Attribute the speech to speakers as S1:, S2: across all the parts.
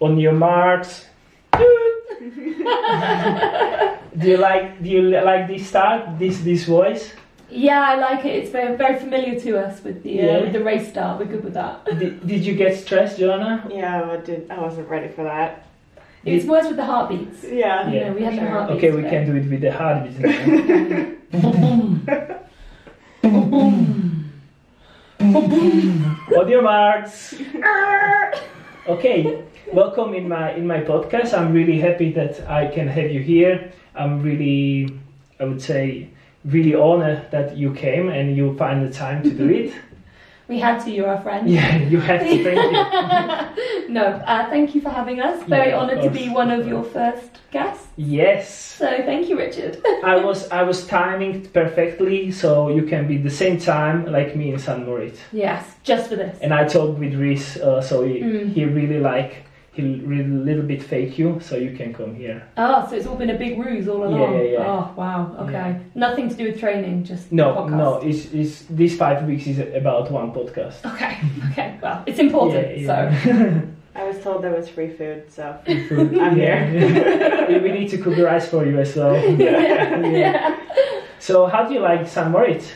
S1: on your marks. do you like do you li- like this style? This this voice?
S2: Yeah, I like it. It's very, very familiar to us with the uh,
S1: Yeah.
S2: with the race start. We're good with that.
S1: Did, did you get stressed, Joanna?
S3: Yeah, I did. I wasn't ready for that.
S2: It's worse with the heartbeats.
S3: Yeah.
S2: You know, we had
S3: Sure.
S2: the heartbeats.
S1: Okay, we
S2: but-
S1: can do it with the heartbeat. now. on your marks. Okay, welcome in my in my podcast. I'm really happy that I can have you here. I'm really, I would say, really honored that you came and you find the time to do it.
S2: We had to. You're our friend.
S1: Yeah, you have to thank you.
S2: no, uh, thank you for having us. Very
S1: Yeah, of
S2: honoured to be
S1: course.
S2: one of your first guests.
S1: Yes,
S2: So thank you, Richard.
S1: I was I was timing perfectly, so you can be the same time like me in San Moritz.
S2: yes, just for this.
S1: And I talked with Reese, uh, so he,
S2: Mm.
S1: he really like he really little bit fake you, so you can come here.
S2: Oh, so it's all been a big ruse all
S1: Yeah,
S2: along.
S1: yeah, yeah.
S2: Oh, wow. Okay.
S1: Yeah.
S2: Nothing to do with training, just
S1: No,
S2: podcast.
S1: no, it's, it's these five weeks is about one podcast.
S2: Okay. Okay. Well, it's important. So
S3: I was told there was free food, so
S1: So
S3: I'm
S1: we, we need to cook rice for you as well.
S2: yeah. yeah.
S1: So how do you like San Moritz?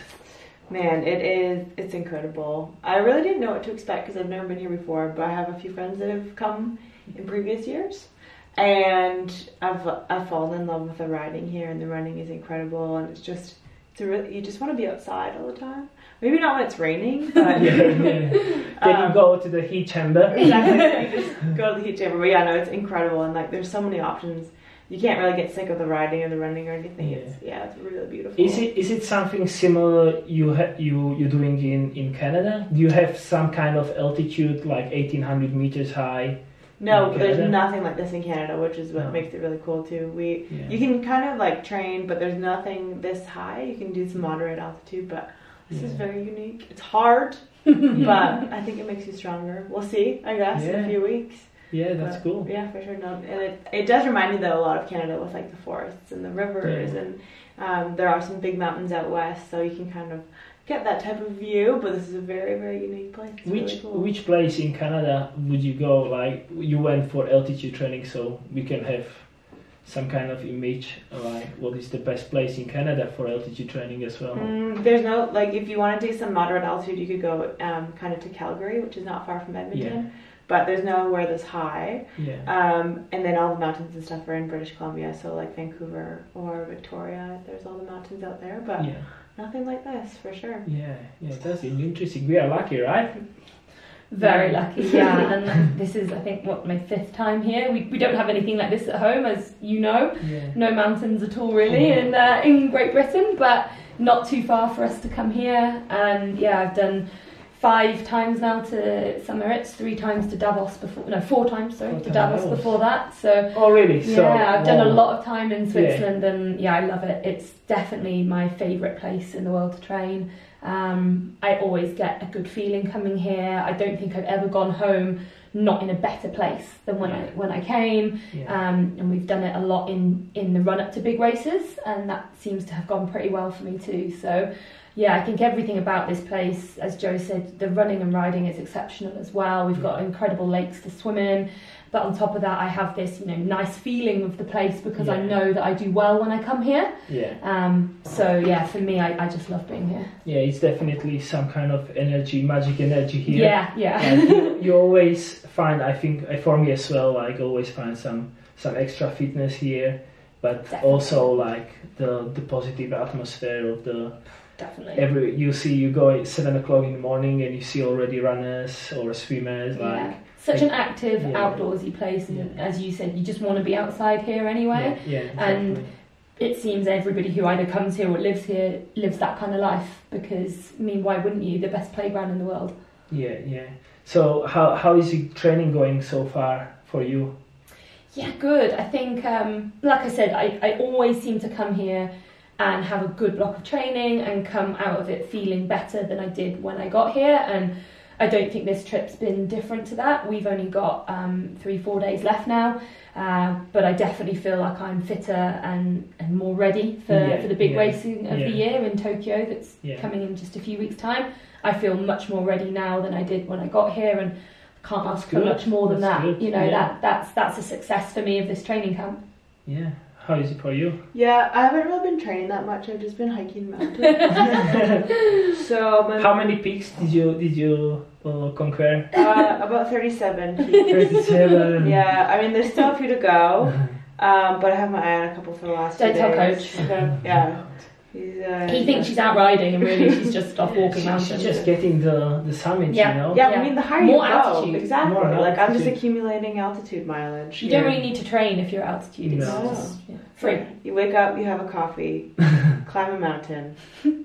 S3: man, it is. It's incredible. I really didn't know what to expect because I've never been here before, but I have a few friends that have come in previous years, and I've I've fallen in love with the riding here, and the running is incredible, and it's just. It's a really, you just want to be outside all the time. Maybe not when it's raining, but
S1: Then
S3: Um,
S1: you go to the heat chamber.
S3: exactly. you just go to the heat chamber. But yeah, no, it's incredible, and like there's so many options. You can't really get sick of the riding or the running or anything.
S1: Yeah.
S3: It's, yeah, it's really beautiful.
S1: Is it is it something similar you ha- you you're doing in in Canada? Do you have some kind of altitude like 1800 meters high?
S3: No,
S1: in
S3: but there's
S1: Canada?
S3: nothing like this in Canada, which is what
S1: No.
S3: makes it really cool too. We
S1: Yeah.
S3: you can kind of like train, but there's nothing this high. You can do some moderate altitude, but this is
S1: Yeah.
S3: very unique. It's hard,
S1: yeah.
S3: but I think it makes you stronger. We'll see. I guess in
S1: Yeah.
S3: a few weeks.
S1: yeah, that's
S3: But,
S1: cool.
S3: Yeah, for sure. No, and it, it does remind me though a lot of Canada with like the forests and the rivers,
S1: Yeah.
S3: and um, there are some big mountains out west, so you can kind of get that type of view. But this is a very very unique place. It's really
S1: Which
S3: cool.
S1: which place in Canada would you go? Like you went for altitude training, so we can have some kind of image. Like what is the best place in Canada for altitude training as well?
S3: Mm, there's no like if you want to do some moderate altitude, you could go um, kind of to Calgary, which is not far from Edmonton. But there's nowhere this high,
S1: Yeah,
S3: um, and then all the mountains and stuff are in British Columbia, so like Vancouver or Victoria. There's all the mountains out there, but
S1: yeah,
S3: nothing like this for sure.
S1: yeah, yeah. That's interesting. We are lucky, right?
S2: Very lucky. Yeah. And this is, I think, what my fifth time here. We we don't have anything like this at home, as you know.
S1: Yeah.
S2: no mountains at all really
S1: Yeah.
S2: in uh, in Great Britain, but not too far for us to come here. And yeah, I've done five times now to Summerits, three times to Davos before, no, four times sorry
S1: Four
S2: to Davos,
S1: times.
S2: before that. So
S1: Oh really?
S2: yeah,
S1: so, um,
S2: I've done a
S1: wow.
S2: lot of time in Switzerland, and yeah, I love it. It's definitely my favourite place in the world to train. Um, I always get a good feeling coming here. I don't think I've ever gone home not in a better place than when I when I came.
S1: Yeah.
S2: Um, and we've done it a lot in, in the run up to big races, and that seems to have gone pretty well for me too. So, yeah, I think everything about this place, as Joe said, the running and riding is exceptional as well. We've
S1: Mm.
S2: got incredible lakes to swim in, but on top of that, I have this you know nice feeling of the place because I
S1: Yeah.
S2: know that I do well when I come here.
S1: yeah,
S2: Um, so yeah, for me, I, I just love being here.
S1: yeah. It's definitely some kind of energy, magic energy here.
S2: Yeah, yeah,
S1: Like, you, you always find i think uh, for me as well like always find some some extra fitness here but
S2: Definitely.
S1: also like the the positive atmosphere of the
S2: definitely.
S1: every you see you go at seven o'clock in the morning and you see already runners or swimmers like
S2: yeah. Such an active,
S1: Yeah.
S2: outdoorsy place, and
S1: Yeah.
S2: as you said, you just want to be outside here anyway.
S1: yeah, yeah
S2: And-
S1: exactly.
S2: it seems everybody who either comes here or lives here lives that kind of life because I mean why wouldn't you the best playground in the world
S1: yeah yeah so how how is the training going so far for you
S2: yeah good I think um, like I said I, I always seem to come here and have a good block of training and come out of it feeling better than I did when I got here and I don't think this trip's been different to that we've only got um, three four days left now uh, but I definitely feel like I'm fitter and, and more ready for,
S1: Yeah,
S2: for the big
S1: yeah,
S2: racing of
S1: yeah.
S2: the year in Tokyo that's
S1: yeah
S2: coming in just a few weeks' time. I feel much more ready now than I did when I got here, and can't
S1: That's
S2: ask for
S1: good.
S2: much more than
S1: That's
S2: that.
S1: good,
S2: You know
S1: yeah.
S2: that that's that's a success for me of this training camp.
S1: Yeah. How is it for you?
S3: Yeah, I haven't really been training that much. I've just been hiking mountains.
S1: How
S3: so my,
S1: many peaks did you did you uh, conquer?
S3: uh, about thirty-seven. feet.
S1: Thirty-seven.
S3: yeah, I mean, there's still a few to go, um, but I have my eye on a couple for the last. few
S2: Don't tell
S3: days.
S2: Coach.
S3: So, yeah, he's. Uh,
S2: He thinks she's out riding and really she's just off walking
S1: She-
S2: mountains.
S1: She's just getting the the summit,
S2: Yeah.
S1: you know.
S3: Yeah,
S2: Yeah.
S3: I mean, the higher
S2: More
S3: you go,
S2: altitude.
S3: exactly.
S1: More
S3: like I'm just
S1: altitude.
S3: accumulating altitude mileage.
S2: you don't
S1: Yeah.
S2: really need to train if you're altitude. It's
S1: No.
S2: just yeah, free.
S3: You wake up, you have a coffee, climb a mountain,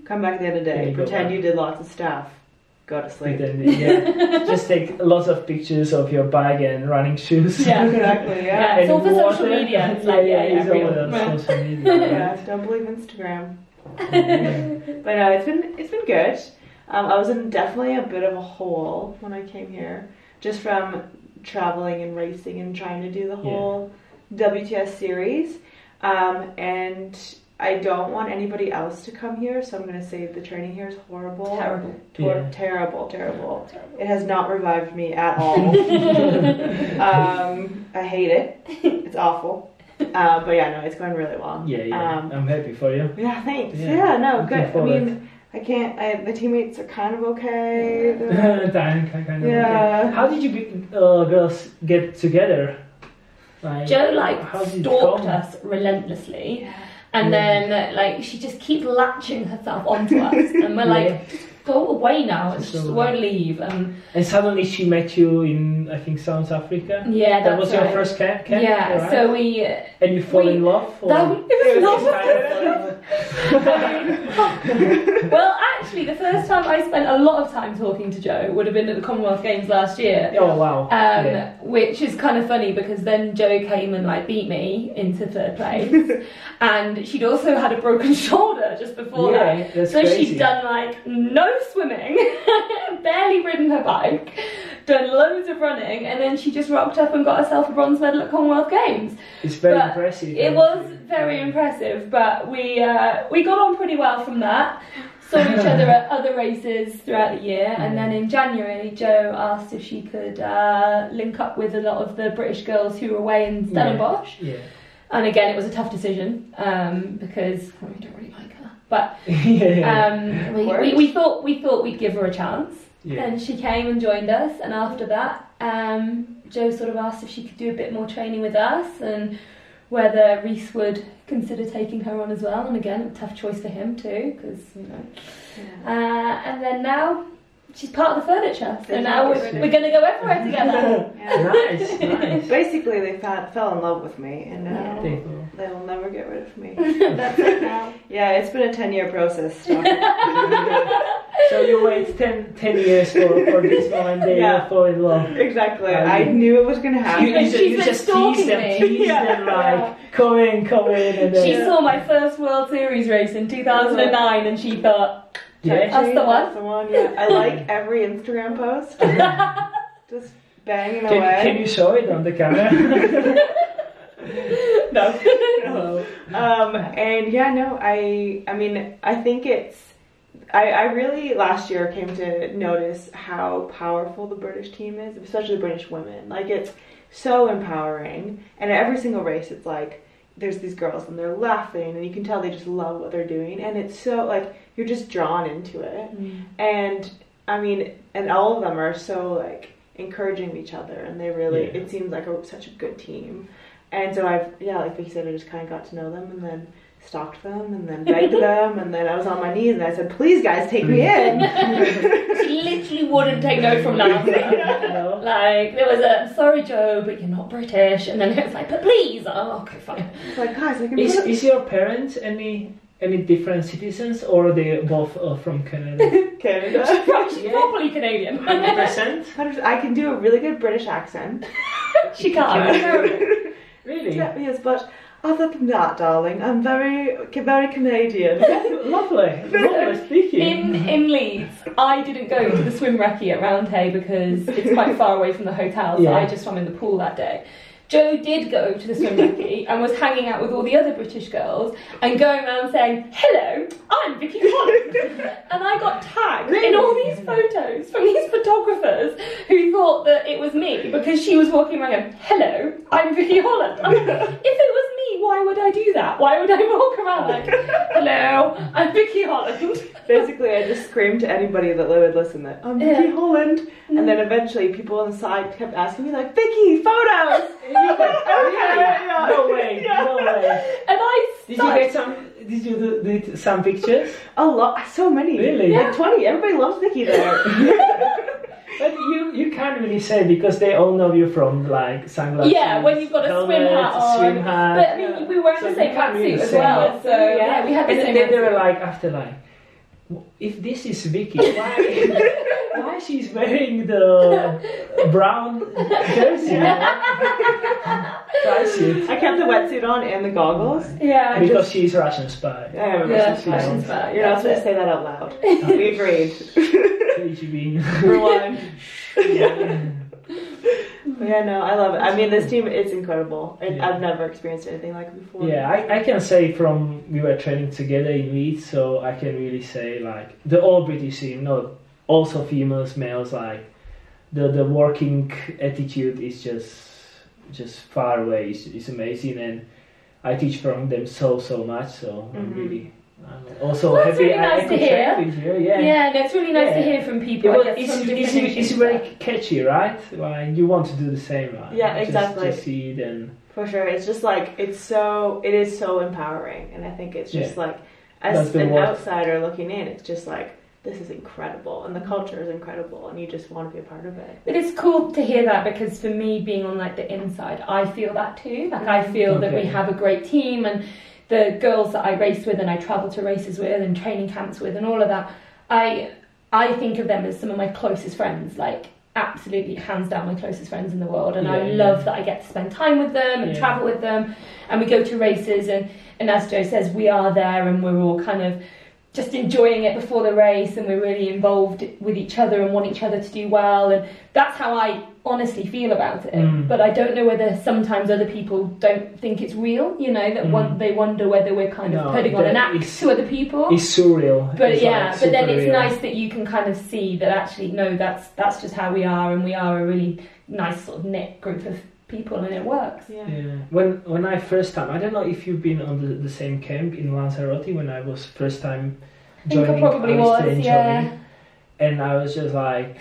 S3: come back the other
S1: There
S3: day,
S1: you go,
S3: pretend
S1: wow.
S3: you did lots of stuff, go to
S1: But
S3: sleep.
S1: then, yeah, just take lots of pictures of your bag and running shoes.
S2: Yeah.
S3: Exactly. Yeah.
S2: Yeah, it's
S1: And
S2: all for social
S1: water.
S2: media. It's like, yeah, yeah,
S1: it's
S2: real.
S1: all on social media.
S3: yeah. Don't believe Instagram.
S1: yeah.
S3: But no, it's been it's been good. Um, I was in definitely a bit of a hole when I came here, just from traveling and racing and trying to do the whole WTS series. Um, and I don't want anybody else to come here, so I'm going to say the training here is horrible,
S2: Terrible.
S3: Tor-
S1: Yeah.
S3: terrible, terrible.
S2: Terrible.
S3: It has not revived me at all. um, I hate it. It's awful. Uh, but yeah, no, it's going really well.
S1: Yeah, yeah.
S3: Um,
S1: I'm happy for you.
S3: yeah, thanks.
S1: Yeah.
S3: Yeah, no,
S1: Looking
S3: good. I
S1: forward.
S3: mean, I can't. I, the teammates are kind of okay. They're-
S1: Thank- I kind of-
S3: Yeah.
S1: How did you g- uh, girls get together? Like,
S2: Joe like
S1: how did it
S2: stalked
S1: come?
S2: us relentlessly,
S3: Yeah.
S2: and
S1: Yeah.
S2: then like she just keeps latching herself onto us, and we're
S1: Yeah.
S2: like, go away now, and she
S1: So-
S2: just won't leave. And
S1: And suddenly she met you in, I think, South Africa.
S2: yeah,
S1: that
S2: that's
S1: was
S2: right.
S1: your first camp, camp
S2: Yeah,
S1: right?
S2: so we
S1: and you fall
S2: we-
S1: in love. Or?
S2: that it was lovely.
S1: Oh,
S2: well, actually, the first time I spent a lot of time talking to Joe would have been at the Commonwealth Games last year.
S1: oh wow!
S2: Um,
S1: Yeah.
S2: Which is kind of funny because then Joe came and like beat me into third place, and she'd also had a broken shoulder just before that.
S1: yeah, that's
S2: So
S1: crazy.
S2: she'd done like no swimming, barely ridden her bike, done loads of running, and then she just rocked up and got herself a bronze medal at Commonwealth Games.
S1: It's very
S2: but
S1: impressive.
S2: It was very impressive, but we uh, we got on pretty well from that. Saw each other at other races throughout the year, and then in January, Joe asked if she could uh, link up with a lot of the British girls who were away in
S1: Yeah.
S2: Stellenbosch.
S1: Yeah.
S2: And again, it was a tough decision um, because well, we don't really like her, but
S1: yeah.
S2: um, we,
S3: Worked.
S2: we, we thought we thought we'd give her a chance,
S1: yeah.
S2: and she came and joined us. And after that, um, Joe sort of asked if she could do a bit more training with us and whether Reese would consider taking her on as well. And again, a tough choice for him too, because you know. Uh, and then now she's part of the furniture, so now we're, we're going to go everywhere together.
S3: Yeah.
S1: nice, nice.
S3: Basically, they fa- fell in love with me, and now
S1: Thank you.
S3: they will never get rid of me. That's it now. Yeah, it's been a ten-year process. so-
S1: so you wait 10, 10 years for, for this moment, they
S3: Yeah.
S1: fall in love.
S3: exactly.
S1: Um,
S3: I knew it was gonna
S1: You,
S3: happen.
S1: you,
S2: And
S1: ju-
S2: she's
S1: you
S2: been
S1: just tease
S2: stalking
S1: them,
S2: me.
S1: tease
S3: Yeah.
S1: them like, come in, come in, and then
S2: She saw my first World Series race in 2009 and she thought,
S1: yeah.
S2: That's the one?
S3: That's the one. Yeah, I like every Instagram post. Just banging
S1: Can,
S3: away.
S1: can you show it on the camera?
S2: no.
S1: no.
S3: um, and yeah, no, I, I mean, I think it's, I, I really last year came to notice how powerful the British team is, especially the British women. Like it's so empowering, and at every single race, it's like there's these girls and they're laughing, and you can tell they just love what they're doing, and it's so like you're just drawn into it and I mean, and all of them are so like encouraging of each other, and they really
S1: Yeah.
S3: it seems like a, such a good team. And so I've yeah, like Vicky said, I just kind of got to know them, and then stalked them, and then begged them, and then I was on my knees and I said, "Please, guys, take me in."
S2: She literally wouldn't take no from that.
S1: No.
S2: Like there was a sorry Joe, but you're not British, and then it was like, but please, oh okay, fine.
S3: It's like, guys, I can.
S1: Is,
S3: put
S1: is your parents any any different citizens or are they both uh, from Canada?
S3: it in Canada.
S2: She's
S1: Yeah.
S2: properly Canadian.
S1: 100%?
S3: I can do a really good British accent.
S2: she can't.
S1: Really?
S3: Yes, but other than that, darling, I'm very, very Canadian.
S1: Lovely. Lovely speaking.
S2: In in Leeds, I didn't go to the swim recce at Roundhay because it's quite far away from the hotel, so
S1: Yeah.
S2: I just swam in the pool that day. Joe did go to the swim recce and was hanging out with all the other British girls and going around saying, Hello, I'm Vicky Collins. and I got tagged in all these photos from these photographers who thought that it was me because she was walking around going, Hello, I'm Vicky Holland. I'm like, if it was me, why would I do that? Why would I walk around like, Hello, I'm Vicky Holland?
S3: Basically, I just screamed to anybody that would listen that I'm Vicky
S2: Yeah.
S3: Holland, and then eventually people on the side kept asking me like Vicky photos. And you were like, "Okay, yeah."
S1: No way,
S3: Yeah.
S1: no way.
S2: And I
S1: Did you
S2: started-
S1: get some? Did you do, did some pictures?
S3: A lot, so many.
S1: Really?
S3: Like twenty. Everybody loves Vicky there.
S1: But you you can't really say because they all know you from like sunglasses.
S2: Yeah, when you've got a swim
S1: helmet,
S2: hat on.
S1: swim hat.
S2: But I mean, we were in
S1: uh, So
S2: the same
S1: you can't really
S2: wetsuit as
S1: say
S2: well,
S3: that.
S2: so yeah. we had the
S1: and
S2: same.
S1: then they
S2: wetsuit.
S1: were like after like, "W- if this is Vicky, why why she's wearing the brown jersey? Try it
S3: I kept the wetsuit on and the goggles.
S2: yeah,
S1: because she's Russian spy.
S3: I have a
S2: Yeah,
S3: Russian
S1: Russian
S3: student.
S2: spy,
S3: You're not
S2: that's it.
S3: supposed to say that out loud. we agreed.
S1: She being-
S3: Rewind. yeah. yeah, no, I love it. I mean, this team is incredible. It,
S1: Yeah.
S3: I've never experienced anything like it before.
S1: Yeah, I, I can say from we were training together in Leeds, so I can really say like the all British team, not also females, males, like the the working attitude is just just far away. It's, it's amazing, and I teach from them so so much. So I'm
S3: Mhm.
S1: really I'm also
S2: Mm-hmm. Well, that's
S1: happy I,
S2: really
S1: I
S2: nice to
S1: could
S2: hear.
S1: train with you.
S2: yeah.
S1: Yeah.
S2: no, it's really nice to
S1: Yeah.
S2: hear from people.
S1: It
S2: I
S1: was,
S2: guess,
S1: it's,
S2: from
S1: it's, it's
S2: different nations.
S1: very catchy, right? Like you want to do the same, right?
S3: Yeah,
S1: Just-
S3: exactly.
S1: Just, see it and
S3: For sure. It's just like, it's so, it is so empowering. And I think it's just like,
S1: That's
S3: as
S1: the
S3: an
S1: word.
S3: outsider looking in, it's just like, this is incredible. And the culture is incredible. And you just want to be a part of it.
S2: But it's cool to hear that because for me, being on like the inside, I feel that too. Like I feel that we
S1: Mm-hmm. Okay.
S2: have a great team and the girls that I race with and I travel to races with and training camps with and all of that. I I think of them as some of my closest friends. Like absolutely hands down my closest friends in the world and I
S1: Yeah.
S2: love that I get to spend time with them and
S1: Yeah.
S2: travel with them and we go to races and and as Joe says we are there and we're all kind of just enjoying it before the race and we're really involved with each other and want each other to do well and that's how I honestly feel about it
S1: Mm.
S2: but I don't know whether sometimes other people don't think it's real you know that
S1: Mm.
S2: one, they wonder whether we're kind of
S1: No,
S2: putting on
S1: that
S2: an act
S1: is-
S2: to other people
S1: it's surreal.
S2: but
S1: It's,
S2: yeah
S1: like,
S2: but then
S1: super
S2: it's
S1: real.
S2: nice that you can kind of see that actually no that's that's just how we are and we are a really nice sort of knit group of people and it works
S3: Yeah.
S1: Yeah. When when I first time, I don't know if you've been on the, the same camp in Lanzarote when I was first time
S2: I think
S1: joining
S2: I probably
S1: Alistair
S2: was
S1: and
S2: yeah
S1: Johnny, and I was just like,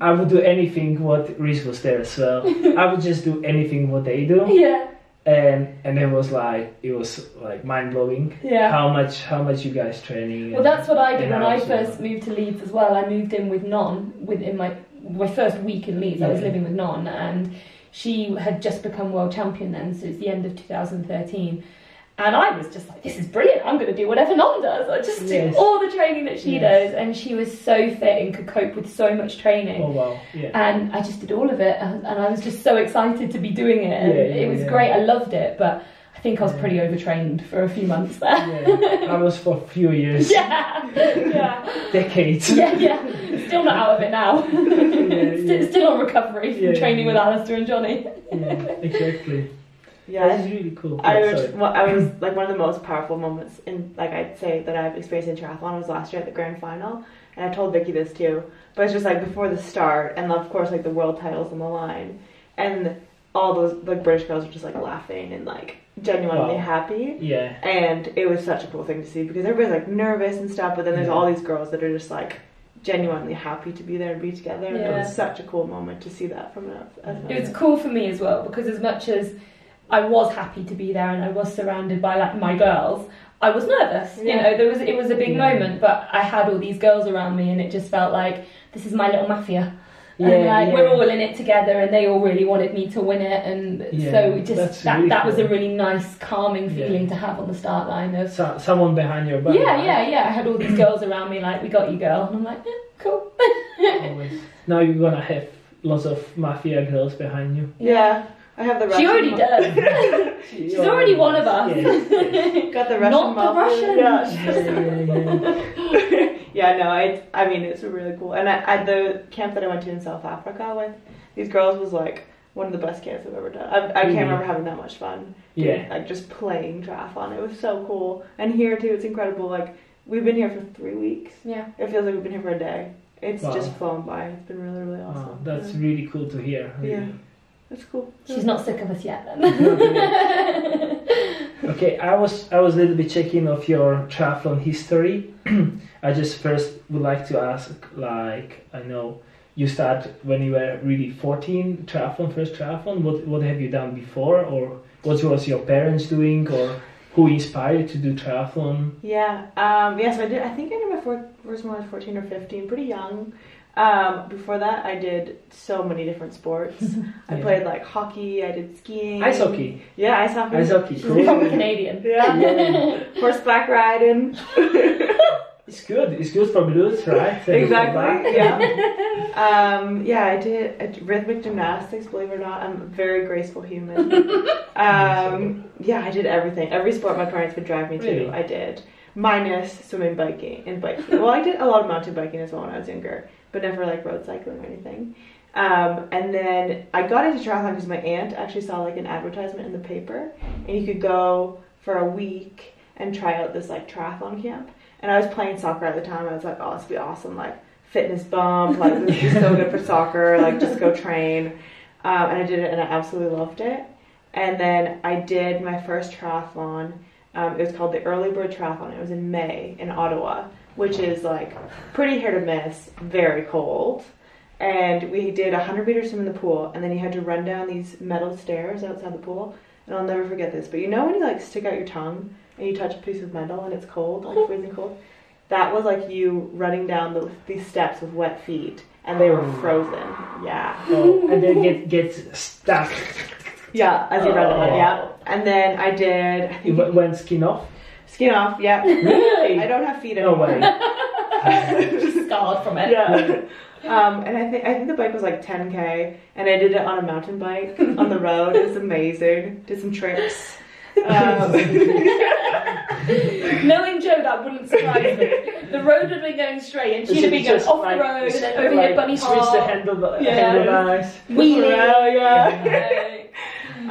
S1: I would do anything what Reese was there as well. I would just do anything what they do,
S2: yeah
S1: and and it was like it was like mind blowing
S2: yeah
S1: how much how much you guys training.
S2: Well, that's what I did
S1: and
S2: when
S1: how
S2: I
S1: it's
S2: first
S1: done.
S2: moved to Leeds as well. I moved in with Non within my my first week in Leeds. I was
S1: Yeah.
S2: living with Non, and she had just become world champion then, so it's the end of 2013. And I was just like, this is brilliant. I'm going to do whatever Non does. I just
S1: Yes.
S2: do all the training that she
S1: Yes.
S2: does. And she was so fit and could cope with so much training.
S1: Oh wow! Yeah.
S2: And I just did all of it. And and I was just so excited to be doing it. And
S1: Yeah, yeah,
S2: it was
S1: yeah.
S2: great. I loved it. But I think I was
S1: Yeah.
S2: pretty overtrained for a few months there.
S1: yeah. I was for a few years,
S2: Yeah. yeah.
S1: decades.
S2: yeah, yeah. Still not out of it now. Sti-
S1: yeah.
S2: Still on recovery from
S1: Yeah, yeah,
S2: training with
S1: yeah.
S2: Alistair and Johnny.
S1: Yeah, exactly.
S3: Yeah.
S1: That is really cool.
S3: I
S1: Yeah,
S3: was,
S1: sorry.
S3: well, I was like one of the most powerful moments in like I'd say that I've experienced in triathlon was last year at the grand final, and I told Vicky this too. But it's just like before the start, and of course like the world titles on the line, and all those like British girls were just like laughing and like genuinely
S1: Wow.
S3: happy,
S1: yeah.
S3: and it was such a cool thing to see because everybody's like nervous and stuff, but then there's
S1: Yeah.
S3: all these girls that are just like genuinely happy to be there and be together. And it
S2: Yeah.
S3: was such a cool moment to see that from an outs- as an
S2: It was
S3: outsider.
S2: cool for me as well because as much as I was happy to be there and I was surrounded by like my girls, I was nervous. You
S3: Yeah.
S2: know, there was it was a big
S1: Yeah.
S2: moment, but I had all these girls around me and it just felt like this is my little mafia.
S1: Yeah,
S2: and like we're
S1: yeah.
S2: all in it together and they all really wanted me to win it and
S1: Yeah,
S2: so it just
S1: that's
S2: that,
S1: really
S2: that was a
S1: cool.
S2: really nice calming
S1: Yeah.
S2: feeling to have on the start line of
S1: So, someone behind your back.
S2: yeah,
S1: right?
S2: yeah, yeah. I had all these girls around me like, we got you, girl. And I'm like, yeah, cool.
S1: Always. Now you're gonna have lots of mafia girls behind you.
S3: yeah. I have the
S2: She
S3: Russian
S2: already
S3: mo-
S2: does.
S1: She's
S2: already one of us.
S3: Got the Russian
S2: Not the
S3: mafia.
S2: Russians.
S3: Yeah.
S1: yeah,
S3: yeah, no, it's, I mean, it's really cool. And I, at the camp that I went to in South Africa with, these girls was like, one of the best camps I've ever done. I, I
S1: Mhm.
S3: can't remember having that much fun.
S1: Yeah.
S3: Like just playing triathlon. It was so cool. And here too, it's incredible. Like we've been here for three weeks.
S2: Yeah.
S3: It feels like we've been here for a day. It's
S1: Wow.
S3: just flown by. It's been really, really awesome.
S1: Wow, Ah, that's
S3: yeah.
S1: really cool to hear. really.
S3: That's cool.
S2: She's not sick of us yet
S1: No,
S2: then.
S1: Okay, I was I was a little bit checking of your triathlon history. I just first would like to ask, like I know you start when you were really fourteen triathlon, first triathlon. What what have you done before, or what was your parents doing, or who inspired you to do triathlon?
S3: Yeah. Um, yes, I did. I think I did my fourth, first one was 14 or 15, pretty young. Um, before that, I did so many different sports. I
S1: Yeah.
S3: played like hockey, I did skiing.
S1: Ice hockey,
S3: Yeah, ice hockey.
S1: ice hockey,
S2: She's proper
S1: cool.
S2: Canadian.
S3: Yeah. Horseback riding.
S1: It's good. It's good for glutes, right? And for
S3: exactly.
S1: back.
S3: Yeah. Um, yeah, I did uh, rhythmic gymnastics, believe it or not. I'm a very graceful human. Um, yeah, I did everything. Every sport my parents would drive me to,
S1: Really?
S3: I did. Minus swimming, biking, and biking. well, I did a lot of mountain biking as well when I was younger, but never like road cycling or anything. Um, and then I got into triathlon because my aunt actually saw like an advertisement in the paper, and you could go for a week and try out this like triathlon camp. And I was playing soccer at the time. I was like, oh, this would be awesome. Like fitness bump. Like this is so good for soccer. Like just go train. Um, and I did it, and I absolutely loved it. And then I did my first triathlon. Um, it was called the Early Bird Triathlon. It was in May in Ottawa, which is like pretty hit or miss, very cold. And we did a 100 meter swim in the pool, and then you had to run down these metal stairs outside the pool. And I'll never forget this, but you know when you like stick out your tongue and you touch a piece of metal and it's cold,
S1: Mm-hmm.
S3: like freezing cold? That was like you running down the, these steps with wet feet, and they
S1: Ah.
S3: were frozen. Yeah.
S1: Oh, and then get get stuck.
S3: Yeah, as you run
S1: Oh.
S3: around, yeah. And then I did I
S1: You
S3: think,
S1: w- went skin off.
S3: skin off, yeah.
S1: Really?
S3: I don't have feet
S1: No
S3: anymore.
S1: way.
S2: She's scarred from it.
S3: yeah. Um, and I think I think the bike was like 10k, and I did it on a mountain bike on the road. It was amazing. Did some tricks. Um,
S2: Knowing Joe, that wouldn't surprise me. The road had been going straight, and she'd have been going
S1: Just
S2: off
S1: like-
S2: the road, and then
S1: just
S2: over
S1: like
S2: your bunny
S1: switch the
S2: hop,
S1: handle,
S2: Yeah.
S1: handlebars.
S2: wheelie,
S3: around, yeah.
S2: like,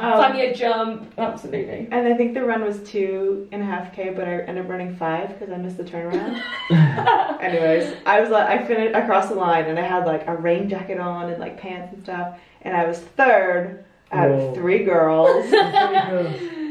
S3: Um,
S2: climb your jump. Absolutely.
S3: And I think the run was two and a half k, but I ended up running five because I missed the turnaround. Anyways, I was like, I finished, I crossed the line, and I had like a rain jacket on and like pants and stuff, and I was third out
S1: Whoa.
S3: of three girls,
S1: Yeah.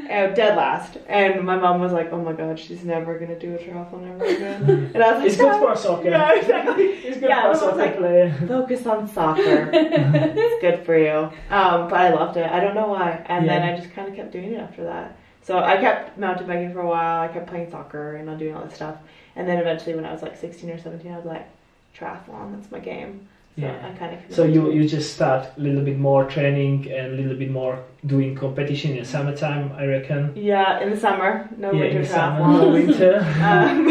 S3: and uh, dead last. And my mom was like, "Oh my god, she's never gonna do a triathlon ever again." And I was like,
S1: It's good
S3: "No."
S1: for soccer.
S3: Yeah, exactly.
S1: It's good
S3: Yeah,
S1: for
S3: I was
S1: soccer
S3: like-
S1: player.
S3: Focus on soccer. it's good for you. Um, but I loved it. I don't know why. And then
S1: Yeah.
S3: I just kind of kept doing it after that. So I kept mountain biking for a while. I kept playing soccer and doing all this stuff. And then eventually, when I was like 16 or 17, I was like, triathlon, that's my game. So
S1: Yeah.
S3: I kind of.
S1: So you you just start a little bit more training and a little bit more doing competition in summertime, I reckon.
S3: Yeah, in the summer, no
S1: yeah, in
S3: winter
S1: the
S3: triathlon.
S1: summer, no winter.
S3: um,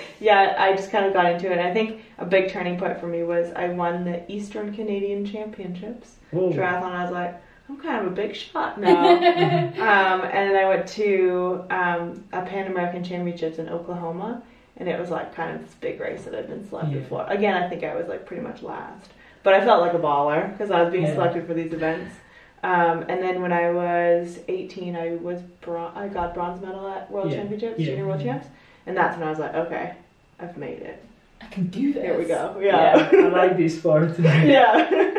S3: yeah, I just kind of got into it. I think a big turning point for me was I won the Eastern Canadian Championships.
S1: Whoa.
S3: triathlon. I was like, I'm kind of a big shot now. um, and then I went to um, a Pan American Championships in Oklahoma, and it was like kind of this big race that I'd been selected
S1: Yeah.
S3: for. Again, I think I was like pretty much last, but I felt like a baller because I was being
S1: Yeah.
S3: selected for these events. Um, and then when I was 18, I was bron- I got bronze medal at World
S1: Yeah.
S3: Championships,
S1: Yeah. Mm-hmm.
S3: Junior World Champs, and that's when I was like, okay, I've made it.
S2: I can do this.
S3: Here we go.
S1: Yeah,
S3: Yeah.
S1: I like this sport.
S3: yeah.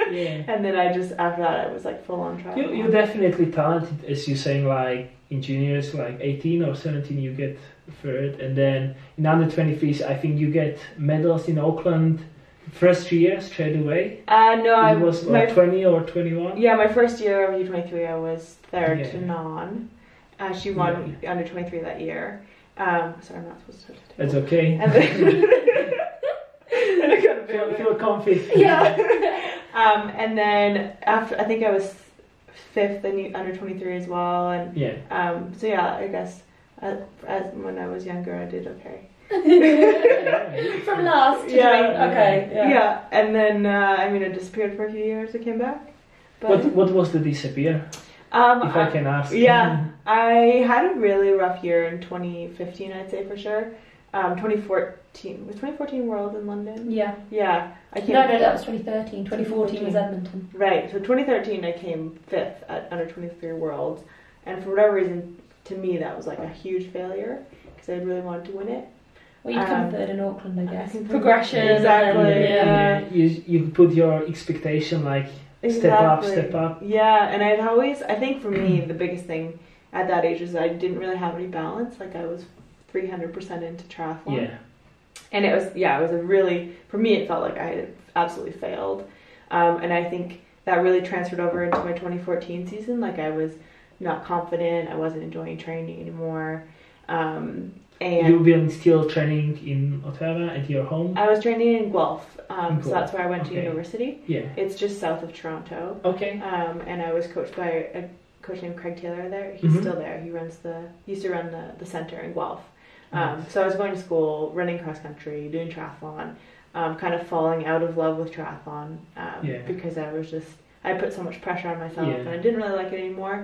S1: yeah.
S3: And then I just after that I was like full on triathlon.
S1: You you're definitely talented, as you're saying. Like in juniors, like 18 or 17, you get third, and then in under 23s, I think you get medals in Auckland first year straight away.
S3: Uh, no, I
S1: it was
S3: my,
S1: like 20 or 21.
S3: yeah, my first year of U twenty three, I was third
S1: Yeah.
S3: to non. Uh, she won under twenty three that year. Um, sorry, I'm not supposed to.
S1: That's okay.
S3: And then, and I got a
S1: Feel,
S3: bit-
S1: feel comfy.
S3: yeah. um, and then after, I think I was fifth in U- under twenty three as well, and
S1: Yeah.
S3: um, so yeah, I guess as, as when I was younger, I did okay.
S2: From last to
S3: Yeah.
S2: doing- okay.
S3: Yeah,
S2: Yeah.
S3: and then uh, I mean, I disappeared for a few years. I came back, but
S1: What what was the disappear?
S3: um,
S1: If
S3: I-
S1: I can ask.
S3: Yeah, I had a really rough year in 2015, I'd say for sure. um, 2014 was 2014 World in London.
S2: Yeah.
S3: Yeah, I
S2: No,
S3: came.
S2: no, that was 2013. 2014 was
S3: 2014.
S2: Edmonton.
S3: Right. So 2013, I came fifth at under 23 Worlds, and for whatever reason, to me that was like a huge failure because I really wanted to win it.
S2: Well, you come
S3: Um,
S2: third in Auckland, I guess.
S3: I think-
S2: Progression. and
S3: Exactly,
S2: then-
S3: yeah.
S1: You, you put your expectation like step up, step up.
S3: Yeah, and I'd always, I think for me, the biggest thing at that age is I didn't really have any balance. Like I was 300% into triathlon.
S1: Yeah.
S3: and it was yeah it was a really for me it felt like i had absolutely failed um, and i think that really transferred over into my 2014 season like i was not confident i wasn't enjoying training anymore um, and Uh,
S1: You've been still training in Ottawa at your home.
S3: i was training in guelph um,
S1: In
S3: so
S1: Guelph,
S3: that's where i went to
S1: okay.
S3: university
S1: Yeah.
S3: it's just south of toronto
S1: Okay.
S3: um, and i was coached by a coach named craig taylor there he's
S1: Mhm.
S3: still there he runs the he used to run the, the center in guelph Um,
S1: Nice.
S3: so I was going to school, running cross country, doing triathlon, um, kind of falling out of love with triathlon um,
S1: Yeah.
S3: because I was just I put so much pressure on myself
S1: Yeah.
S3: and I didn't really like it anymore.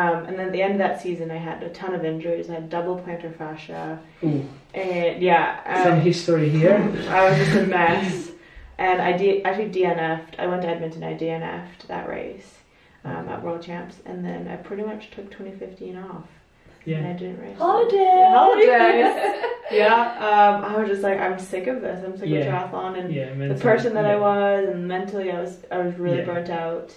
S3: Um, and then at the end of that season, I had a ton of injuries. I had double plantar fascia,
S1: Ooh,
S3: and yeah,
S1: some
S3: um,
S1: history here.
S3: I was just a mess. And I de- actually DNF'd. I went to Edmonton. I DNF'd that race um, at World Champs, and then I pretty much took 2015 off. And I
S1: Yeah.
S3: didn't race.
S2: Holiday.
S3: Holidays. yeah, um, I was just like, I'm sick of this. I'm sick
S1: Yeah.
S3: of triathlon and
S1: Yeah.
S3: the
S1: mental-
S3: person that I
S1: yeah.
S3: was, and mentally, I was I was really
S1: Yeah.
S3: burnt out.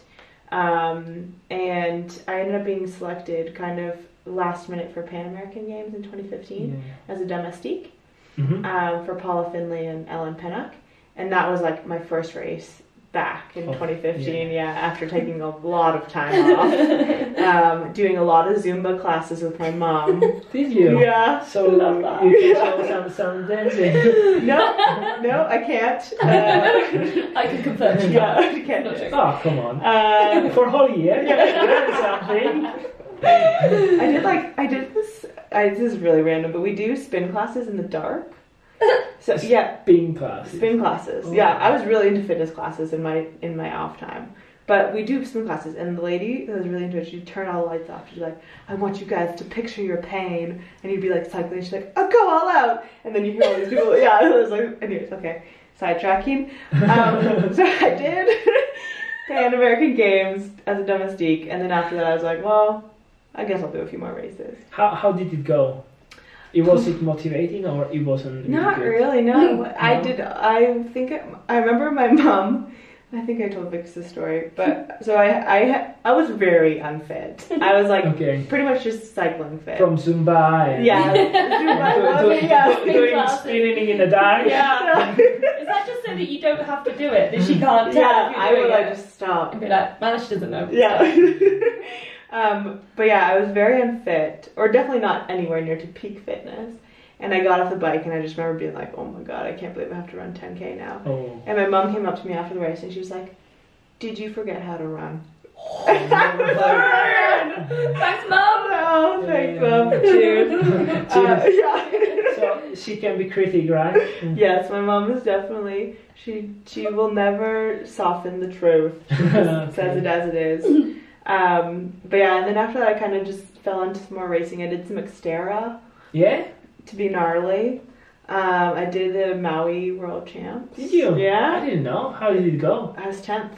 S3: Um, and I ended up being selected kind of last minute for Pan American Games in 2015 as a domestique
S1: Yeah. Mhm.
S3: um, for Paula Finley and Ellen Pennock, and that was like my first race back in
S1: Oh,
S3: 2015. Yeah. after taking a lot of time off, um, doing a lot of Zumba classes with my mom.
S1: Did you?
S3: yeah.
S1: So
S2: Love that.
S1: you can show some some dancing.
S3: no, no, I can't. Uh,
S2: I can confirm. to
S3: yeah,
S2: that.
S3: I
S2: Not
S3: can't.
S2: joking.
S1: Oh come on.
S3: Um,
S1: For Holly, yeah. That's something.
S3: I did like I did this. I, this is really random, but we do spin classes in the dark. So yeah,
S1: Being class.
S3: spin classes.
S1: Oh.
S3: Yeah, I was really into fitness classes in my in my off time. But we do spin classes, and the lady that was really into it, she'd turn all the lights off. She'd be like, "I want you guys to picture your pain," and you'd be like cycling. She's like, "Oh, go all out!" And then you hear all these people. Yeah, it was like, anyways, okay, sidetracking. Um, so I did Pan American Games as a domestique, and then after that, I was like, "Well, I guess I'll do a few more races."
S1: How how did it go? It was it motivating or it wasn't? really
S3: Not
S1: good?
S3: really. No, I
S1: No?
S3: did. I think I, I remember my mom. I think I told Vix the story, but so I, I, I was very unfit. I was like
S1: Okay.
S3: pretty much just cycling fit.
S1: From Zumba. And
S3: yeah, Zumba,
S1: doing,
S3: yeah,
S2: Spin
S1: doing
S2: classes.
S1: spinning in the dark.
S3: yeah.
S2: Is that just so that you don't have to do it? That she can't tell
S3: yeah
S2: if you're
S3: I would
S2: doing
S3: like
S2: it?
S3: just stop.
S2: And be like, man, she doesn't know.
S3: Yeah. um, but yeah, I was very unfit, or definitely not anywhere near to peak fitness. And I got off the bike, and I just remember being like, "Oh my god, I can't believe I have to run 10k now."
S1: Oh.
S3: And my mom came up to me after the race and she was like, Did you forget how to run?
S1: uh,
S2: Thanks, mum.
S3: Oh, thanks, mom. Cheers. Uh,
S1: Cheers.
S3: yeah.
S1: so she can be critic, right?
S3: yes, my mom is definitely, she she will never soften the truth. She just says it as it is. Um, but yeah, and then after that, I kind of just fell into some more racing. I did some Xterra
S1: Yeah.
S3: to be gnarly. Um, I did the Maui World Champs.
S1: Did you? I
S3: Yeah.
S1: didn't know. How did it go?
S3: I was 10th.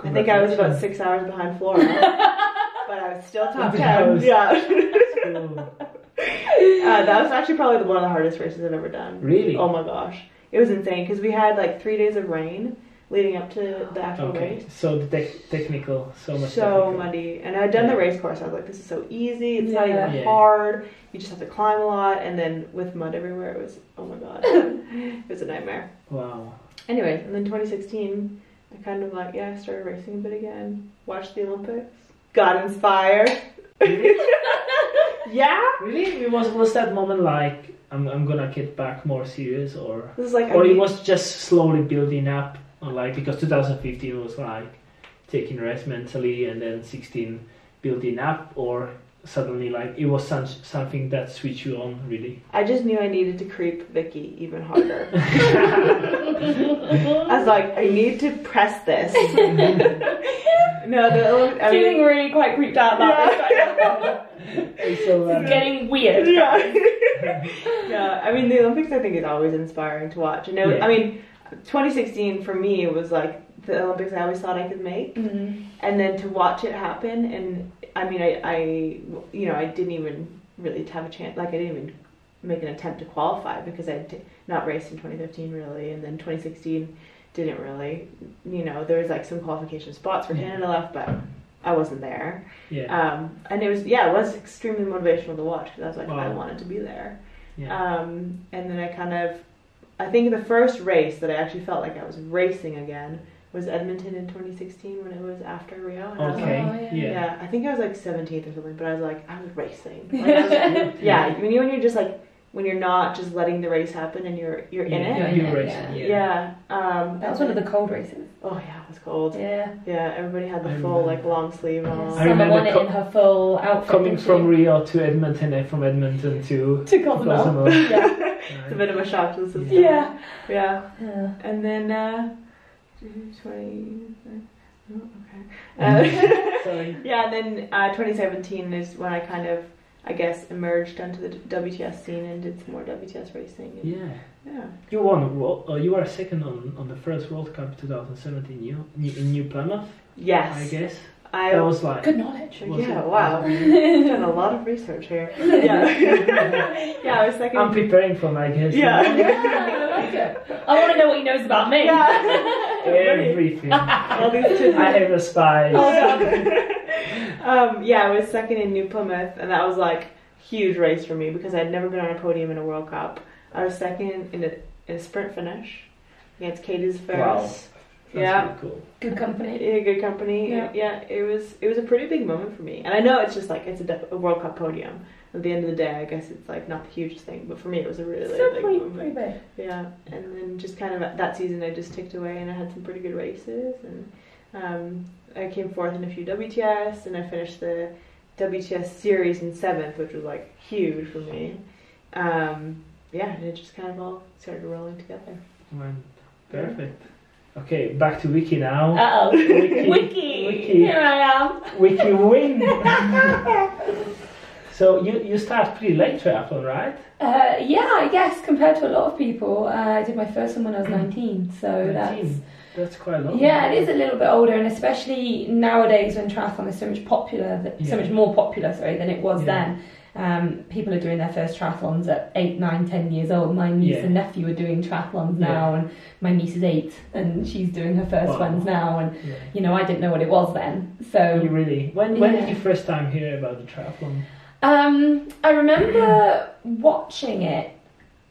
S3: I think I was about six hours behind Flora, but I was still top ten.
S1: Close.
S3: Yeah,
S1: Congratulations.
S3: uh, that was actually probably the- one of the hardest races I've ever done.
S1: Really?
S3: Oh my gosh, it was insane because we had like three days of rain leading up to the actual
S1: Okay.
S3: race.
S1: So the tec- technical, so much.
S3: So
S1: technical.
S3: muddy, and I'd done the
S1: Yeah.
S3: race course. I was like, "This is so easy. It's not
S2: Yeah.
S3: even
S1: Yeah.
S3: hard. You just have to climb a lot." And then with mud everywhere, it was oh my god, it was a nightmare.
S1: Wow.
S3: Anyway, and then 2016, I kind of like yeah, I started racing a bit again. Watched the Olympics, got inspired.
S1: Really?
S3: Yeah,
S1: really? It was was that moment like I'm I'm gonna get back more serious or
S3: This is like
S1: or
S3: I
S1: it
S3: need-
S1: was just slowly building up or like because 2015 was like taking rest mentally and then 16 building up or suddenly like it was some, something that switched you on really
S3: I just knew I needed to creep Vicky even harder. I was like, I need to press this. No, the Olympic. I
S2: Feeling
S3: mean,
S2: really quite creeped out about this right now.
S1: so,
S2: It's
S1: um,
S2: getting weird.
S3: yeah. yeah, I mean the Olympics. I think is always inspiring to watch. And it,
S1: Yeah.
S3: I mean, 2016 for me it was like the Olympics I always thought I could make,
S2: Mm.
S3: and then to watch it happen. And I mean, I, I you know, I didn't even really have a chance. Like I didn't even make an attempt to qualify because I had not raced in 2015 really, and then 2016 didn't really. You know, there was like some qualification spots for
S1: Yeah.
S3: Canada left, but I wasn't there.
S1: yeah,
S3: Um, and it was yeah, it was extremely motivational to watch because I was like, I
S1: Wow.
S3: wanted to be there.
S1: yeah,
S3: Um, and then I kind of, I think the first race that I actually felt like I was racing again was Edmonton in 2016 when it was after Rio. And I was like,
S1: okay,
S2: Oh, yeah.
S1: yeah.
S3: yeah, I think I was like 17th or something, but I was like, I was racing. Like, I was like- yeah, when you when you're just like when you're not just letting the race happen and you're you're in
S1: Yeah,
S3: it.
S2: You're in
S1: you
S2: it,
S1: race
S2: yeah.
S1: it,
S3: Yeah. Um,
S2: That was one of the cold races.
S3: Oh yeah, it was cold.
S2: Yeah.
S3: Yeah, everybody had the
S1: I
S3: full
S1: remember.
S3: like long sleeve on.
S1: I
S2: Someone
S1: remember
S2: won it
S1: co-
S2: in her full outfit.
S1: Coming
S2: didn't
S1: from
S2: she?
S1: Rio to Edmonton and from Edmonton to
S2: to Cozumel.
S1: Cosmo.
S2: Yeah.
S3: It's a bit of a shock Oh, to the uh, system.
S2: yeah.
S3: Yeah.
S2: Yeah.
S3: And then, uh, 20. oh, Okay. Uh,
S1: Mm-hmm. Sorry.
S3: yeah, and then uh, 2017 is when I kind of, I guess, emerged onto the WTS scene and did some more WTS racing. And,
S1: Yeah.
S3: yeah.
S1: You won. wo- Uh, you are second on, on the first World Cup 2017 New, New, in New Plymouth, I
S3: Yes.
S1: guess.
S3: I,
S1: That was like.
S2: Good knowledge.
S1: was
S3: Yeah,
S1: it-
S3: wow. done a lot of research here. Yeah. yeah, I was second.
S1: I'm preparing for my guess.
S3: Yeah.
S2: Yeah, I like it. I want to know what he knows about me.
S3: yeah.
S1: Everything. I
S3: All these tidbits.
S1: have a spy.
S3: Oh, um, yeah, I was second in New Plymouth, and that was like huge race for me because I'd never been on a podium in a World Cup. I was second in a, in a sprint finish against Katie
S1: That's
S3: Ferris. Yeah,
S1: really cool.
S2: Good company.
S3: in a good company.
S2: Yeah.
S3: Yeah. it was it was a pretty big moment for me, and I know it's just like it's a, def- a World Cup podium. At the end of the day, I guess it's like not the hugest thing, but for me, it was a really
S2: Still
S3: big
S2: pretty,
S3: moment.
S2: pretty big.
S3: Yeah, and then just kind of that season, I just ticked away and I had some pretty good races. And um, I came fourth in a few WTS, and I finished the WTS series in seventh, which was like huge for me. Um, yeah, and it just kind of all started rolling together.
S1: One. Perfect. Okay, back to Wiki now.
S2: Uh oh.
S1: Wiki.
S2: Wiki.
S1: Wiki.
S2: Here I
S1: Wiki win! so you, you start pretty late triathlon, right?
S2: am. Uh, yeah, I guess compared to a lot of people, uh, I did my first one when I was 19, so Oh, that's
S1: 19. That's quite long.
S2: Yeah, it is a little bit older, and especially nowadays when triathlon is so much popular, that, so
S1: Yeah.
S2: much more popular, sorry, than it was
S1: Yeah.
S2: then. Um, people are doing their first triathlons at eight, nine, ten years old. My niece
S1: Yeah.
S2: and nephew are doing triathlons
S1: Yeah.
S2: now, and my niece is eight, and she's doing her first
S1: Wow.
S2: ones now. And
S1: Yeah.
S2: you know, I didn't know what it was then,
S1: You
S2: so
S1: really. When when did
S2: Yeah.
S1: you first time hear about the triathlon?
S2: um, I remember watching it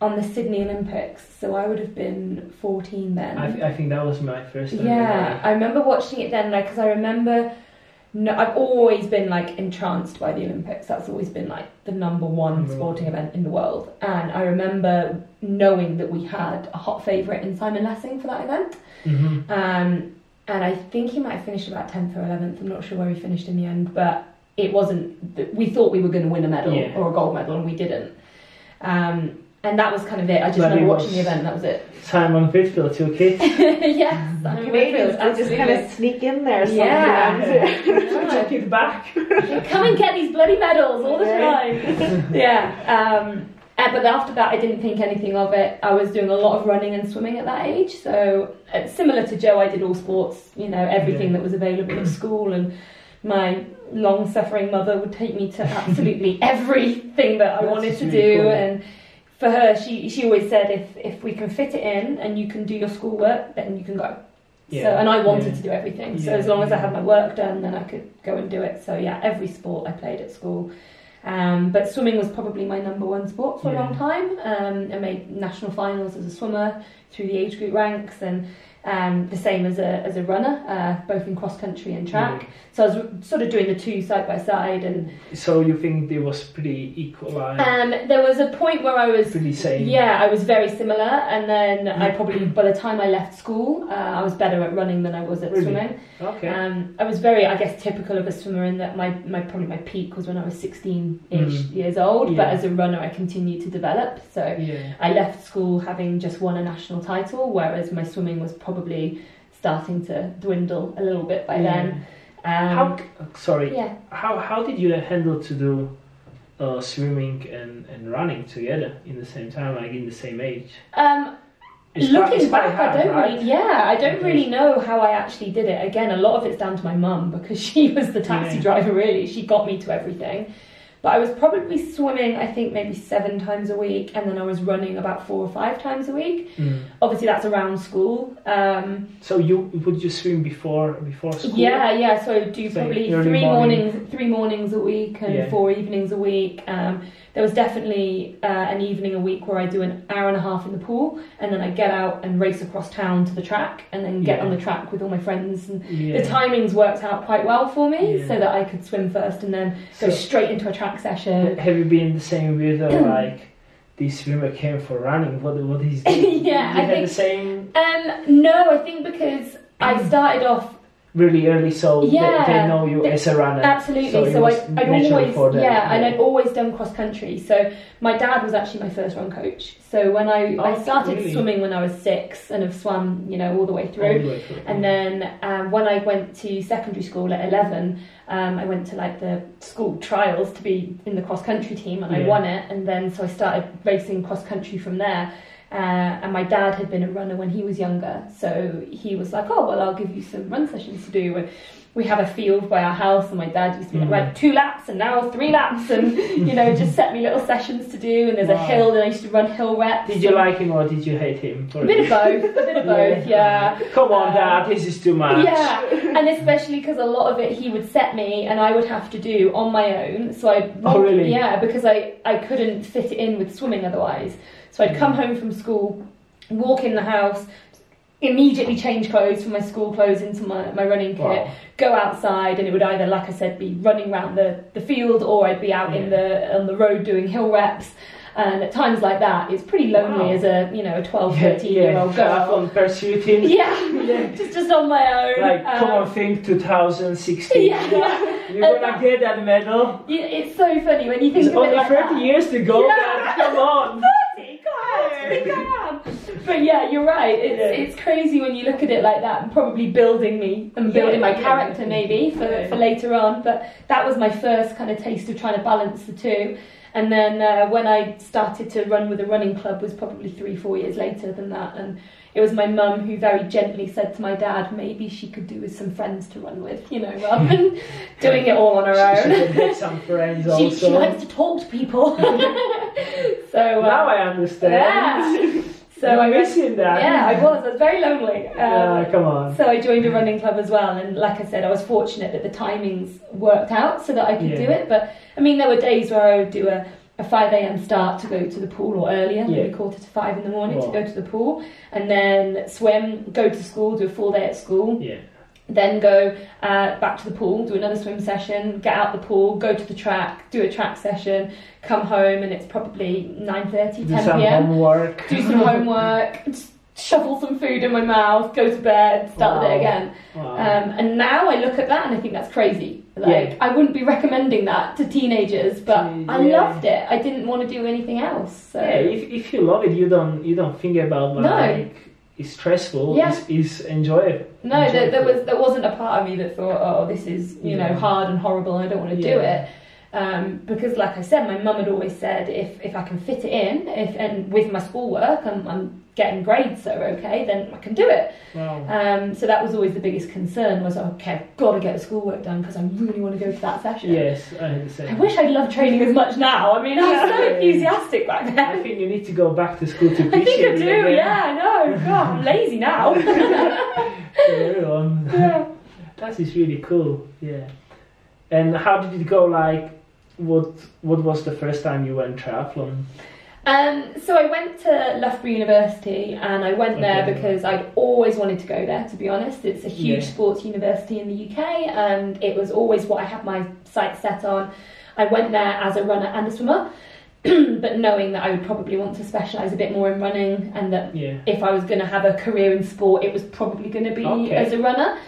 S2: on the Sydney Olympics. So I would have been fourteen then.
S1: I, I think that was my first time.
S2: Um, Yeah, I remember watching it then, like, because I remember. No, I've always been like entranced by the Olympics. That's always been like the number one
S1: Mhm.
S2: sporting event in the world. And I remember knowing that we had a hot favourite in Simon Lessing for that event.
S1: hmm
S2: Um, and I think he might have finished about 10th or 11th. I'm not sure where he finished in the end, but it wasn't. th- We thought we were going to win a medal
S1: Yeah.
S2: or a gold medal, and we didn't. Um, and that was kind of it. I just
S1: But it
S2: remember watching
S1: was-
S2: the event. That was it.
S1: Simon Whitfield took it.
S2: yes, I mean,
S3: Canadians
S2: I
S3: they just kind of sneak in there sometimes.
S1: took it back.
S2: Come and get these bloody medals all the
S3: Right.
S2: time. yeah. Um, and, but after that, I didn't think anything of it. I was doing a lot of running and swimming at that age. So, uh, similar to Joe, I did all sports, you know, everything
S1: Yeah.
S2: that was available at school. And my long suffering mother would take me to absolutely everything that I
S1: That's
S2: wanted to
S1: really
S2: do.
S1: cool.
S2: And for her, she, she always said, if, if we can fit it in and you can do your schoolwork, then you can go. So, and I wanted to do everything. So
S1: Yeah,
S2: as long as I
S1: yeah.
S2: had my work done, then I could go and do it. So yeah, every sport I played at school. Um, but swimming was probably my number one sport for a
S1: Yeah.
S2: long time. Um, I made national finals as a swimmer through the age group ranks, and um, the same as a as a runner, uh, both in cross country and track. So I was r- sort of doing the two side by side, and
S1: So you think it was pretty equalized,
S2: um, there was a point where I was
S1: pretty same?
S2: yeah, I was very similar, and then I probably by the time I left school, uh, I was better at running than I was at
S1: Really?
S2: swimming.
S1: Okay.
S2: Um, I was very, I guess, typical of a swimmer in that my, my probably my peak was when I was 16-ish
S1: Mm.
S2: years old. But
S1: Yeah.
S2: as a runner, I continued to develop. So
S1: yeah.
S2: I left school having just won a national title, whereas my swimming was probably starting to dwindle a little bit by then.
S1: Mm. How
S2: Um,
S1: sorry.
S2: yeah.
S1: How how did you handle to do uh, swimming and, and running together in the same time, like in the same age?
S2: Um,
S1: It's quite-
S2: Looking
S1: it's quite
S2: back,
S1: hard,
S2: I don't
S1: right?
S2: really, yeah, I don't
S1: It
S2: really
S1: is.
S2: know how I actually did it. Again, a lot of it's down to my mum because she was the taxi
S1: Yeah.
S2: driver. Really, she got me to everything. But I was probably swimming, I think maybe seven times a week, and then I was running about four or five times a week.
S1: Mm.
S2: Obviously, that's around school. Um,
S1: So you would you swim before before school?
S2: yeah, yeah. So I do
S1: So
S2: probably
S1: early
S2: three
S1: morning.
S2: mornings, three mornings a week, and
S1: Yeah.
S2: four evenings a week. Um, there was definitely uh, an evening a week where I do an hour and a half in the pool, and then I get out and race across town to the track, and then get
S1: Yeah.
S2: on the track with all my friends. And
S1: Yeah.
S2: the timings worked out quite well for me,
S1: Yeah.
S2: so that I could swim first and then go
S1: So-
S2: straight into a track session.
S1: Have you been the same weirdo like this swimmer came for running? What what is
S2: yeah,
S1: you
S2: I
S1: had
S2: think.
S1: the same
S2: Um, no, I think because I started off
S1: really early, so they-
S2: Yeah.
S1: they, know you as a runner.
S2: Absolutely.
S1: So
S2: So,
S1: it
S2: I,
S1: was
S2: I'd
S1: natural
S2: always,
S1: for them,
S2: yeah, and
S1: yeah.
S2: I'd always done cross country. So my dad was actually my first run coach. So when I,
S1: Oh,
S2: I started
S1: really?
S2: swimming when I was six and have swum, you know, all the way
S1: All
S2: through.
S1: the way through.
S2: And then um, when I went to secondary school at 11, um, I went to like the school trials to be in the cross country team and I
S1: Yeah.
S2: won it. And then so I started racing cross country from there. Uh, and my dad had been a runner when he was younger. So he was like, oh, well, I'll give you some run sessions to do. And we have a field by our house, and my dad used to be like,
S1: Mhm.
S2: right, two laps and now three laps. And, you know, just set me little sessions to do. And there's
S1: Wow.
S2: a hill, and I used to run hill reps.
S1: Did you
S2: and-
S1: like him or did you hate him? For
S2: A bit of both, a bit of both, yeah.
S1: Come on,
S2: Um,
S1: Dad. This is too much.
S2: Yeah, and especially because a lot of it he would set me and I would have to do on my own. So I
S1: Oh, really?
S2: yeah because I I couldn't fit it in with swimming otherwise. So I'd
S1: Mm.
S2: come home from school, walk in the house, immediately change clothes from my school clothes into my, my running kit,
S1: Wow.
S2: go outside, and it would either like I said be running around the the field or I'd be out in the on the road doing hill reps. And at times like that, it's pretty lonely
S1: Wow.
S2: as a you know a 12,
S1: Yeah,
S2: 13 year old girl.
S1: on pursuing.
S2: Yeah,
S1: Yeah.
S2: just just on my own.
S1: Like, come
S2: um,
S1: on, think 2016.
S2: yeah.
S1: You're gonna get that medal.
S2: You- It's so funny when you think
S1: It's
S2: of it
S1: only
S2: like
S1: 30
S2: that.
S1: years to go.
S2: Yeah.
S1: Dad, Come on.
S2: 30, God, I think I am. But yeah, you're right. It's,
S1: Yeah.
S2: it's crazy when you look at it like that and probably building me and
S1: Yeah,
S2: building my
S1: yeah.
S2: character maybe for,
S1: Yeah.
S2: for later on. But that was my first kind of taste of trying to balance the two. And then uh, when I started to run with a running club was probably three, four years later than that. And it was my mum who very gently said to my dad, maybe she could do with some friends to run with, you know, rather than doing it all on her own.
S1: She should make some friends
S2: She, she
S1: also.
S2: likes to talk to people. so uh,
S1: now I understand.
S2: yeah. So
S1: You're
S2: I went-
S1: missing that.
S2: yeah, I was. I was very lonely.
S1: Yeah,
S2: Um,
S1: come on.
S2: so I joined a running club as well, and like I said, I was fortunate that the timings worked out so that I could
S1: Yeah.
S2: do it. But I mean, there were days where I would do a, a five a.m. start to go to the pool or earlier, maybe
S1: Yeah.
S2: quarter to five in the morning
S1: Wow.
S2: to go to the pool, and then swim, go to school, do a full day at school,
S1: Yeah.
S2: then go uh, back to the pool, do another swim session, get out the pool, go to the track, do a track session, come home, and it's probably 9.30,
S1: Do
S2: 10
S1: some
S2: p.m.
S1: homework.
S2: Do some homework, just shovel some food in my mouth, go to bed, start
S1: Wow.
S2: the day again.
S1: Wow.
S2: Um, and now I look at that and I think that's crazy. Like,
S1: Yeah.
S2: I wouldn't be recommending that to teenagers, but
S1: Mm,
S2: I
S1: yeah.
S2: loved it. I didn't want to do anything else. So.
S1: yeah, if, if you love it, you don't you don't think about like,
S2: No.
S1: it's stressful.
S2: Yeah.
S1: It's, it's enjoyable.
S2: No, there, there
S1: Enjoyable.
S2: was there wasn't a part of me that thought, oh, this is you
S1: Yeah.
S2: know hard and horrible, and I don't want to do
S1: Yeah.
S2: it. Um, because, like I said, my mum had always said, if if I can fit it in, if and with my schoolwork, I'm, I'm getting grades, so okay, then I can do it.
S1: Wow.
S2: Um, so that was always the biggest concern was, okay, I've got to get the schoolwork done because I really want to go to that session.
S1: Yes, I
S2: I
S1: understand.
S2: wish I loved training as much now. I mean, I was so
S1: Yeah.
S2: enthusiastic back then.
S1: I think you need to go back to school to
S2: I
S1: appreciate
S2: think I
S1: it
S2: do.
S1: again.
S2: Yeah, I know. God, I'm lazy now.
S1: Everyone.
S2: Yeah.
S1: That is really cool. Yeah. And how did it go? Like, what what was the first time you went triathlon?
S2: Um, so I went to Loughborough University, and I went there
S1: Okay.
S2: because I'd always wanted to go there. To be honest, it's a huge
S1: Yeah.
S2: sports university in the UK, and it was always what I had my sights set on. I went there as a runner and a swimmer, but knowing that I would probably want to specialise a bit more in running, and that
S1: Yeah.
S2: if I was going to have a career in sport, it was probably going to be
S1: Okay.
S2: as a runner.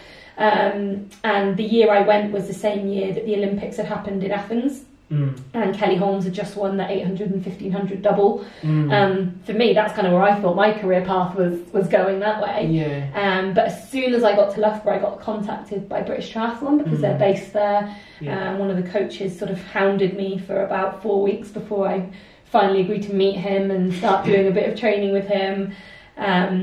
S2: Um, and the year I went was the same year that the Olympics had happened in Athens.
S1: Mm.
S2: and Kelly Holmes had just won the 800 and 1500 double.
S1: Mm.
S2: Um, for me, that's kind of where I thought my career path was was going that way.
S1: yeah.
S2: Um, but as soon as I got to Loughborough, I got contacted by British Triathlon because
S1: Mm.
S2: they're based there.
S1: Yeah.
S2: And one of the coaches sort of hounded me for about four weeks before I finally agreed to meet him and start doing a bit of training with him. Um,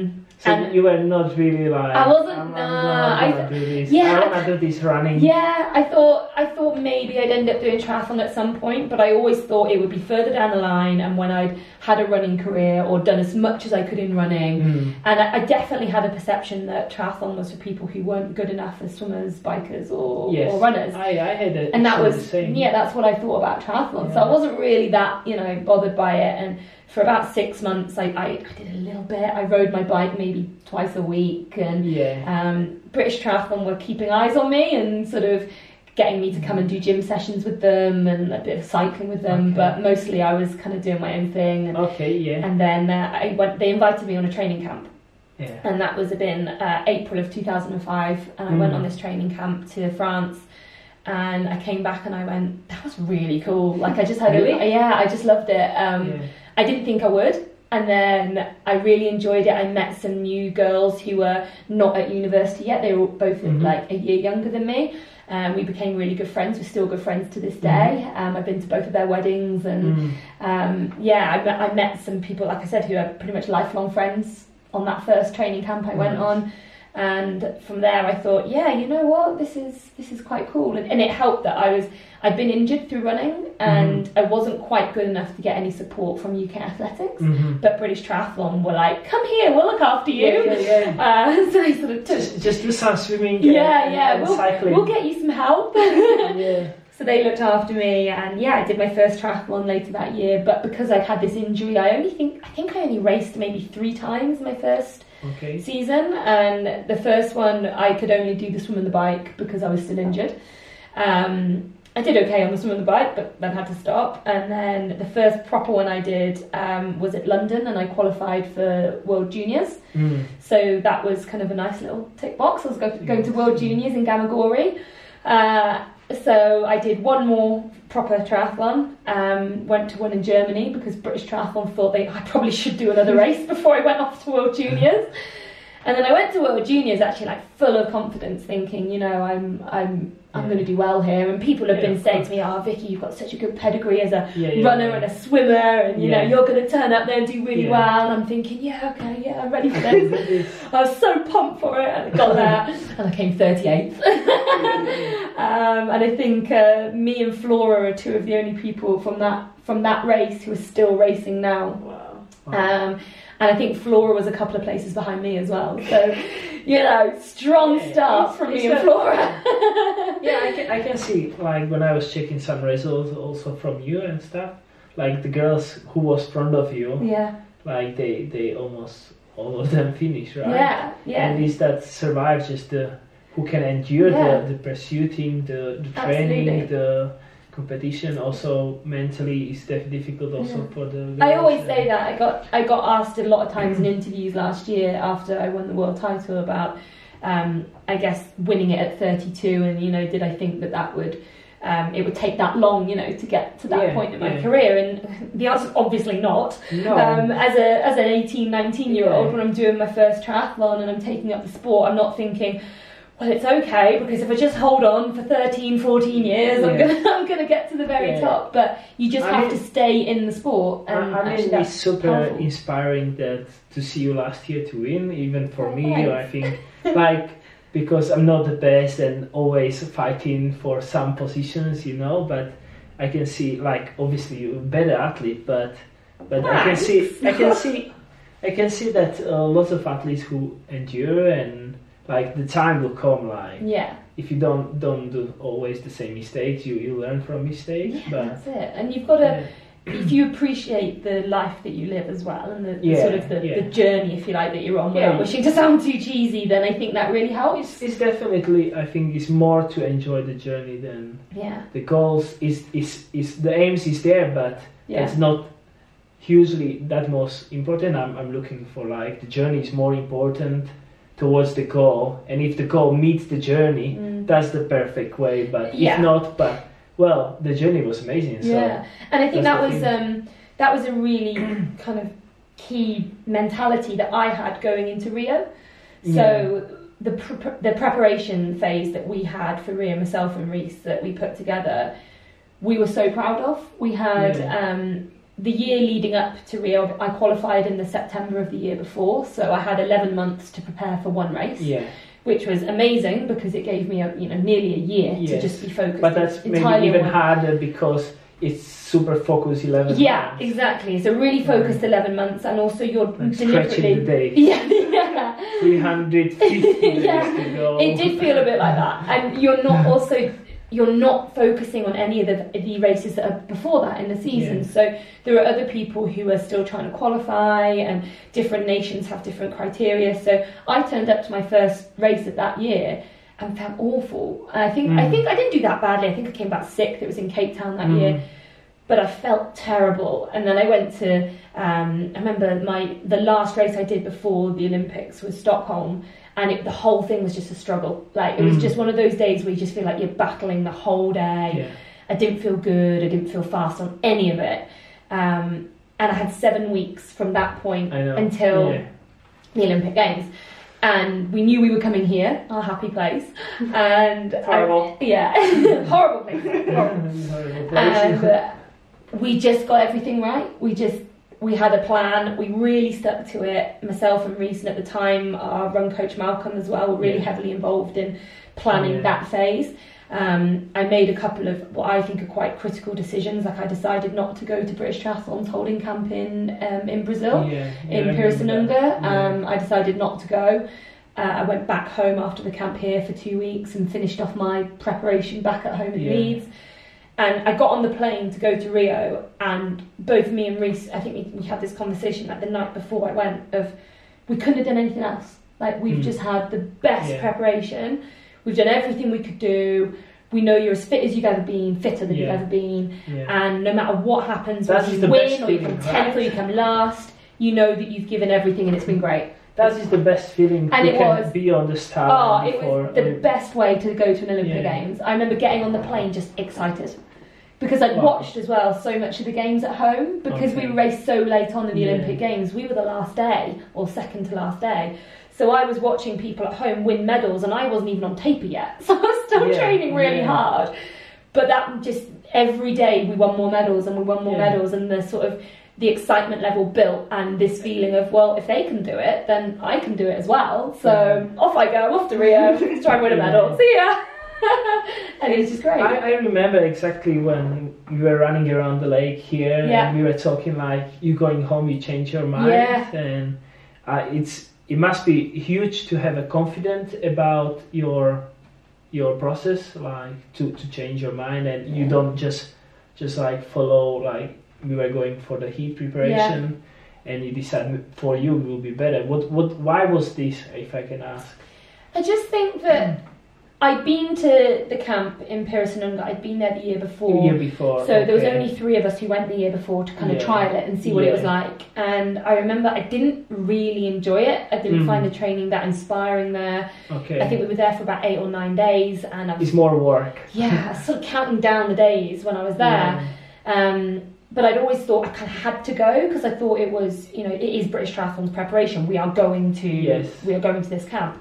S1: so
S2: and-
S1: you were not really like.
S2: I wasn't-
S1: I'm, I'm
S2: nah,
S1: gonna,
S2: I-
S1: gonna do this.
S2: yeah,
S1: I wanna do this running.
S2: yeah, I thought I thought maybe I'd end up doing triathlon at some point, but I always thought it would be further down the line and when I'd had a running career or done as much as I could in running.
S1: Mm.
S2: And I, I definitely had a perception that triathlon was for people who weren't good enough as swimmers, bikers, or,
S1: Yes.
S2: or runners.
S1: I, I had a
S2: and that
S1: sort of
S2: was
S1: same.
S2: yeah that's what i thought about triathlon so
S1: Yeah.
S2: i wasn't really that you know bothered by it and for about six months I, I, I did a little bit i rode my bike maybe twice a week and
S1: Yeah.
S2: um, british triathlon were keeping eyes on me and sort of getting me to come and do gym sessions with them and a bit of cycling with them
S1: Okay.
S2: but mostly i was kind of doing my own thing and,
S1: Okay. Yeah.
S2: and then uh, I went, they invited me on a training camp
S1: Yeah.
S2: and that was been uh, April of 2005 and I
S1: Mm.
S2: went on this training camp to France and I came back and I went that was really cool like I just had
S1: Really?
S2: a, yeah I just loved it um,
S1: yeah.
S2: I didn't think I would and then I really enjoyed it I met some new girls who were not at university yet they were both
S1: Mhm.
S2: like a year younger than me and we became really good friends we're still good friends to this
S1: Mm-hmm.
S2: day um, I've been to both of their weddings and
S1: Mm.
S2: um, yeah, I met, I met some people, like I said, who are pretty much lifelong friends on that first training camp I went
S1: Nice.
S2: on. And from there, I thought, yeah, you know what, this is this is quite cool, and, and it helped that I was I'd been injured through running, and
S1: Mm.
S2: I wasn't quite good enough to get any support from UK Athletics,
S1: Mhm.
S2: but British Triathlon were like, come here, we'll look after you.
S1: Yeah, yeah, yeah.
S2: Uh, so I sort of took,
S1: Just, just do some swimming.
S2: Yeah,
S1: and,
S2: yeah,
S1: And cycling.
S2: we'll get you some help.
S1: yeah.
S2: So they looked after me, and yeah, I did my first triathlon later that year. But because I'd had this injury, I only think I think I only raced maybe three times my first
S1: Okay.
S2: season, and the first one I could only do the swim and the bike because I was still injured. Um, I did okay on the swim and the bike, but then had to stop. And then the first proper one I did um, was at London, and I qualified for World Juniors.
S1: Mm.
S2: So that was kind of a nice little tick box. I was go- going to World
S1: Mm-hmm.
S2: Juniors in Gamagori. Uh, so I did one more proper triathlon. Um, went to one in Germany because British Triathlon thought they I probably should do another race before I went off to World Juniors. And then I went to World Juniors actually like full of confidence, thinking you know I'm I'm I'm
S1: Yeah.
S2: going to do well here. And people have
S1: Yeah,
S2: been
S1: of
S2: saying to me, "Ah, Vicky, you've got such a good pedigree as a
S1: Yeah, yeah,
S2: runner
S1: yeah.
S2: and a swimmer, and you
S1: Yeah.
S2: know you're going to turn up there and do really
S1: Yeah.
S2: well." And I'm thinking, yeah, okay, yeah, I'm ready for this.
S1: It's-
S2: I was so pumped for it, and I got there, and I came 38th. um, and I think uh, me and Flora are two of the only people from that from that race who are still racing now.
S3: Wow.
S2: Um, and I think Flora was a couple of places behind me as well. So, you know, strong
S1: Yeah,
S2: start from me and Flora.
S1: yeah, I can, I can see like when I was checking some results also from you and stuff, like the girls who was front of you,
S2: yeah,
S1: like they they almost all of them finish right.
S2: yeah,
S1: And
S2: yeah.
S1: it's that survives just the who can endure
S2: Yeah.
S1: the the pursuing the the training
S2: Absolutely.
S1: the competition also mentally is def- difficult also
S2: Yeah.
S1: for the
S2: I
S1: girls
S2: always
S1: and-
S2: say that. I got I got asked a lot of times in interviews last year after I won the world title about, um, I guess winning it at 32, and you know, did I think that that would. Um, it would take that long, you know, to get to that
S1: Yeah,
S2: point in my
S1: yeah.
S2: career, and the answer is obviously not.
S1: no
S2: Um, as a as an 18, 19 year
S1: Oh. Yeah.
S2: old, when I'm doing my first triathlon and I'm taking up the sport, I'm not thinking, well, it's okay because if I just hold on for 13, 14 years, I'm
S1: Yeah.
S2: gonna I'm gonna get to the very
S1: Yeah.
S2: top. But you just
S1: I
S2: have
S1: mean-
S2: to stay in the sport. And
S1: I I
S2: actually
S1: mean,
S2: that's
S1: it's super
S2: powerful.
S1: inspiring that to see you last year to win, even for
S2: Oh,
S1: me.
S2: thanks.
S1: I think like because I'm not the best and always fighting for some positions, you know. But I can see like obviously you're a better athlete, but but I can see I can see I can see that uh, lots of athletes who endure and like the time will come. Like
S2: Yeah,
S1: if you don't don't do always the same mistakes, you you learn from mistakes.
S2: yeah, uh,
S1: but
S2: that's it. And you've got to,
S1: yeah,
S2: if you appreciate the life that you live as well, and the, the
S1: Yeah,
S2: sort of the,
S1: yeah.
S2: the journey, if you like, that you're on,
S1: Yeah.
S2: without wishing to sound too cheesy, then I think that really helps.
S1: it's definitely I think it's more to enjoy the journey than.
S2: Yeah,
S1: the goals is is is the aims is there but
S2: yeah,
S1: it's not hugely that most important I'm, I'm looking for like the journey is more important towards the goal and if the goal meets the journey
S2: Mm.
S1: that's the perfect way but
S2: Yeah.
S1: if not but well, the journey was amazing. So
S2: yeah, and I think that
S1: that's the
S2: was um, that was a really kind of key mentality that I had going into Rio. So the pre- the preparation phase that we had for Rio, myself and Reese, that we put together, we were so proud of. We had
S1: Yeah.
S2: um, the year leading up to Rio. I qualified in the September of the year before, so I had eleven months to prepare for one race
S1: yeah,
S2: which was amazing because it gave me a, you know nearly a year to
S1: Yes.
S2: just be focused
S1: but that's maybe
S2: entirely
S1: even
S2: on
S1: harder because it's super focus eleven.
S2: yeah
S1: rounds.
S2: exactly so really focused 11 months and also you're
S1: Like
S2: deliberately
S1: stretching the day.
S2: yeah yeah
S1: 350
S2: Yeah.
S1: days to go.
S2: it did feel a bit like that and you're not also you're not focusing on any of the, the races that are before that in the season
S1: Yeah.
S2: so there are other people who are still trying to qualify and different nations have different criteria so i turned up to my first race of that year and felt awful And i think i
S1: Mm.
S2: think i didn't do that badly i think i came back sixth it was in cape town that
S1: Mm.
S2: year but I felt terrible. And then I went to, um, I remember my the last race I did before the Olympics was Stockholm, and it, the whole thing was just a struggle. Like it was
S1: Mm.
S2: just one of those days where you just feel like you're battling the whole day.
S1: Yeah.
S2: I didn't feel good. I didn't feel fast on any of it. Um, and I had seven weeks from that point
S1: I know.
S2: until
S1: yeah.
S2: the Olympic Games. And we knew we were coming here, our happy place. And I-
S3: Horrible.
S2: yeah, horrible place. Horrible
S1: Horrible place.
S2: Oh. and uh, we just got everything right. We just we had a plan. We really stuck to it. Myself and Reason at the time, our run coach Malcolm as well, were really
S1: Yeah.
S2: heavily involved in planning
S1: Yeah.
S2: that phase. Um, I made a couple of what I think are quite critical decisions. Like I decided not to go to British Triathlon's holding camp in um, in Brazil
S1: yeah,
S2: in
S1: yeah, I remember
S2: Pirassununga.
S1: that. Yeah.
S2: Um, I decided not to go. Uh, I went back home after the camp here for two weeks and finished off my preparation back at home in
S1: Yeah.
S2: Leeds. And I got on the plane to go to Rio, and both me and Reese, I think we, we had this conversation like the night before I went of we couldn't have done anything else. Like we've
S1: Mm.
S2: just had the best
S1: Yeah.
S2: preparation. We've done everything we could do. We know you're as fit as you've ever been, fitter than
S1: Yeah.
S2: you've ever been.
S1: yeah.
S2: And no matter what happens,
S1: That
S2: whether
S1: is
S2: you
S1: the
S2: win
S1: best
S2: or you
S1: thing
S2: come
S1: about
S2: tenth or you come last, you know that you've given everything and it's been great.
S1: that is the best feeling
S2: And
S1: you
S2: it
S1: can
S2: was-
S1: be on the star
S2: Oh, it
S1: before
S2: was the
S1: Olymp-
S2: best way to go to an
S1: Yeah.
S2: Olympic Games. I remember getting on the plane just excited. Because I'd
S1: Wow.
S2: watched as well so much of the games at home because
S1: Okay.
S2: we raced so late on in the
S1: Yeah.
S2: Olympic Games. We were the last day or second to last day. So I was watching people at home win medals and I wasn't even on taper yet. So I was still
S1: Yeah,
S2: training really
S1: yeah.
S2: hard. But that just every day we won more medals and we won more
S1: Yeah.
S2: medals and the sort of the excitement level built and this feeling of well if they can do it then I can do it as well. So off I go, off to Rio, to try and win a medal. See ya. and it's just great.
S1: I, I remember exactly when we were running around the lake here
S2: Yeah.
S1: and we were talking like you going home you change your mind
S2: Yeah.
S1: and uh, it's it must be huge to have a confidence about your your process like to, to change your mind and you
S2: Yeah.
S1: don't just just like follow like we were going for the heat preparation and you decide for you will be better what what why was this if I can ask
S2: I just think that
S1: Hmm.
S2: I'd been to the camp in Pirassununga. I'd been there the year before.
S1: year before
S2: So there was
S1: okay.
S2: only three of us who went the year before to kind of
S1: Yeah.
S2: trial it and see what it was
S1: Yeah.
S2: like. And I remember I didn't really enjoy it. I didn't
S1: Mhm.
S2: find the training that inspiring there.
S1: okay
S2: I think we were there for about eight or nine days, and I was
S1: it's more work
S2: yeah, I was sort of counting down the days when I was there.
S1: Yeah.
S2: Um, but I'd always thought I kind of had to go because I thought it was, you know, it is British Triathlon's preparation. We are going to,
S1: Yes.
S2: we are going to this camp.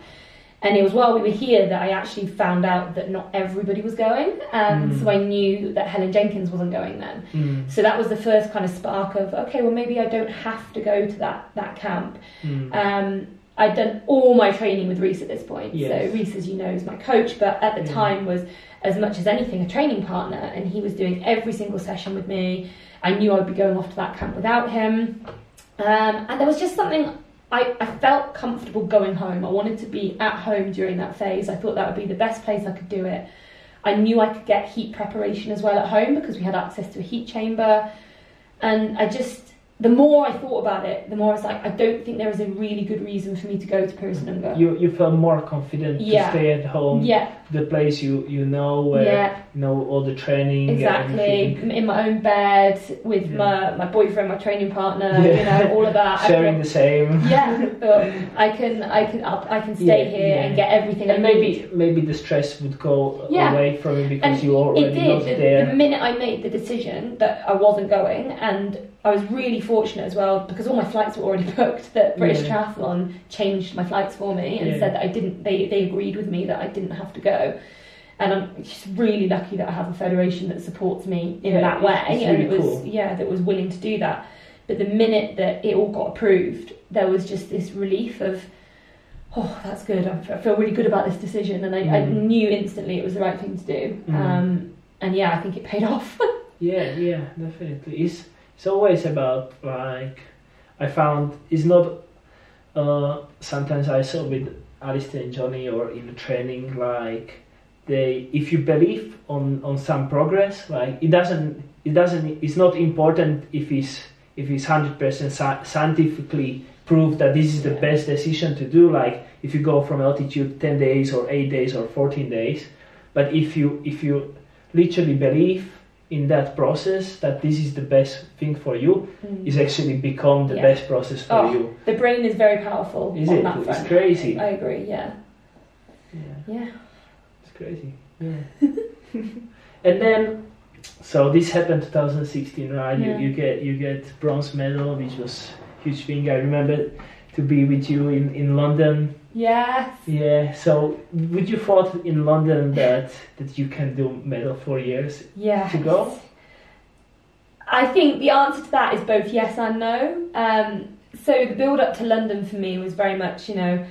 S2: And it was while we were here that I actually found out that not everybody was going. Um,
S1: Mm.
S2: So I knew that Helen Jenkins wasn't going then.
S1: Mm,
S2: So that was the first kind of spark of, okay, well, maybe I don't have to go to that, that camp.
S1: mm.
S2: Um, I'd done all my training with Reese at this point.
S1: Yes.
S2: So Reese, as you know, is my coach, but at the
S1: Yeah.
S2: time was as much as anything a training partner, and he was doing every single session with me. I knew I'd be going off to that camp without him, um, and there was just something. I, I felt comfortable going home. I wanted to be at home during that phase. I thought that would be the best place I could do it. I knew I could get heat preparation as well at home because we had access to a heat chamber. And I just, the more I thought about it, the more I was like, I don't think there is a really good reason for me to go to Pirassununga.
S1: you you feel more confident to
S2: Yeah.
S1: stay at home
S2: Yeah,
S1: the place you you know where
S2: yeah,
S1: you know all the training and
S2: exactly.
S1: everything.
S2: M- In my own bed with
S1: Yeah.
S2: my, my boyfriend, my training partner,
S1: Yeah.
S2: you know, all of that. I've
S1: sharing
S2: got-
S1: the same.
S2: yeah, but I can I can up, I can stay
S1: Yeah,
S2: here
S1: yeah.
S2: and get everything.
S1: And
S2: I need.
S1: maybe maybe the stress would go
S2: Yeah.
S1: away from you because
S2: And
S1: you
S2: It
S1: already
S2: did.
S1: was
S2: The,
S1: there.
S2: the minute I made the decision that I wasn't going, and I was really fortunate as well because all my flights were already booked. That British
S1: Yeah.
S2: Triathlon changed my flights for me and
S1: Yeah.
S2: said that I didn't. They they agreed with me that I didn't have to go, and I'm just really lucky that I have a federation that supports me in
S1: Yeah,
S2: that way.
S1: it's
S2: and
S1: really
S2: it was
S1: cool.
S2: yeah that was willing to do that. But the minute that it all got approved, there was just this relief of. Oh, that's good. I f- I feel really good about this decision, and I, I
S1: Mm.
S2: knew instantly it was the right thing to do.
S1: Mm.
S2: Um, and yeah, I think it paid off.
S1: Yeah, yeah, definitely. It's it's always about like I found it's not. Uh, sometimes I saw with Alistair and Johnny or in the training like they if you believe on on some progress like it doesn't it doesn't it's not important if it's if it's hundred percent scientifically proved that this is the
S2: Yeah.
S1: best decision to do like if you go from altitude ten days or eight days or fourteen days but if you if you literally believe in that process that this is the best thing for you is actually become the
S2: Yeah.
S1: best process for
S2: Oh,
S1: you
S2: The brain is very powerful
S1: is
S2: on
S1: it
S2: that
S1: it's
S2: front.
S1: crazy
S2: I agree. Yeah,
S1: yeah
S2: yeah.
S1: it's crazy yeah and then so this happened 2016 right
S2: Yeah.
S1: you, you get you get bronze medal which was huge thing i remember to be with you in in london
S2: Yes.
S1: yeah so would you thought in london that that you can do medal for years
S2: Yes.
S1: To go?
S2: I think the answer to that is both yes and no. Um, so the build up to London for me was very much, you know,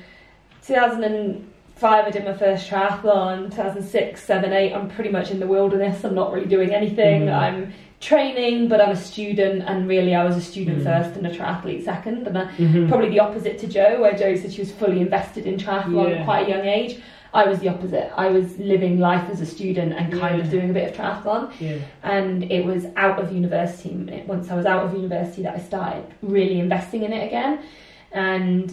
S2: 2005 I did my first triathlon, 2006, 7, 8 I'm pretty much in the wilderness. I'm not really doing anything.
S1: Mhm.
S2: I'm training, but I'm a student, and really I was a student
S1: Mhm.
S2: first and a triathlete second, and I, Mm-hmm.
S1: Mm-hmm.
S2: probably the opposite to Joe, where Joe said she was fully invested in triathlon
S1: Yeah.
S2: at quite a young age. I was the opposite. I was living life as a student and kind
S1: Yeah.
S2: of doing a bit of triathlon.
S1: yeah
S2: And it was out of university, m- once I was out of university, that I started really investing in it again. And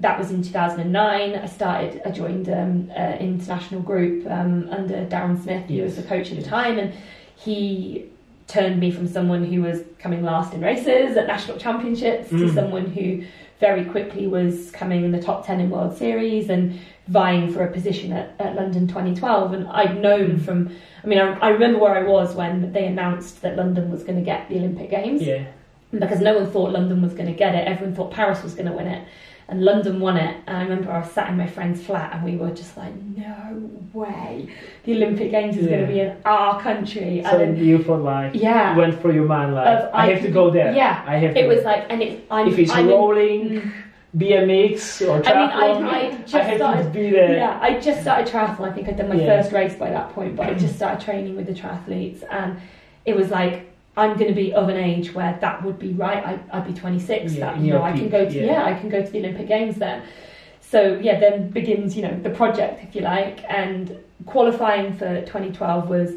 S2: that was in 2009. I started, I joined um, an international group um, under Darren Smith, who was
S1: Yes.
S2: the coach at the time. And he turned me from someone who was coming last in races at national championships to
S1: Mm.
S2: someone who very quickly was coming in the top 10 in World Series and vying for a position at, at London 2012. And I'd known
S1: Mm.
S2: from, I mean, I, I remember where I was when they announced that London was going to get the Olympic Games
S1: yeah
S2: because no one thought London was going to get it. Everyone thought Paris was going to win it, and London won it. And I remember I was sat in my friend's flat, and we were just like, "No way! The Olympic Games is going
S1: Yeah.
S2: to be in our country."
S1: so
S2: and then,
S1: you thought like
S2: yeah,
S1: went for your mind like
S2: Of,
S1: i
S2: I
S1: have to
S2: can-
S1: go there
S2: yeah.
S1: i have to
S2: it was
S1: go.
S2: like, and it's I'm,
S1: if it's
S2: I'm in-
S1: rolling
S2: Mm.
S1: BMX or
S2: I mean,
S1: triathlon.
S2: I, I just
S1: have
S2: started
S1: to be there.
S2: Yeah, I just started triathlon. I think I'd done my
S1: Yeah.
S2: first race by that point, but I just started training with the triathletes, and it was like I'm going to be of an age where that would be right. I, I'd be 26.
S1: Yeah,
S2: that
S1: in
S2: you know,
S1: your
S2: I can
S1: peak,
S2: go to
S1: yeah.
S2: yeah. I can go to the Olympic Games then. So yeah, then begins you know the project if you like, and qualifying for 2012 was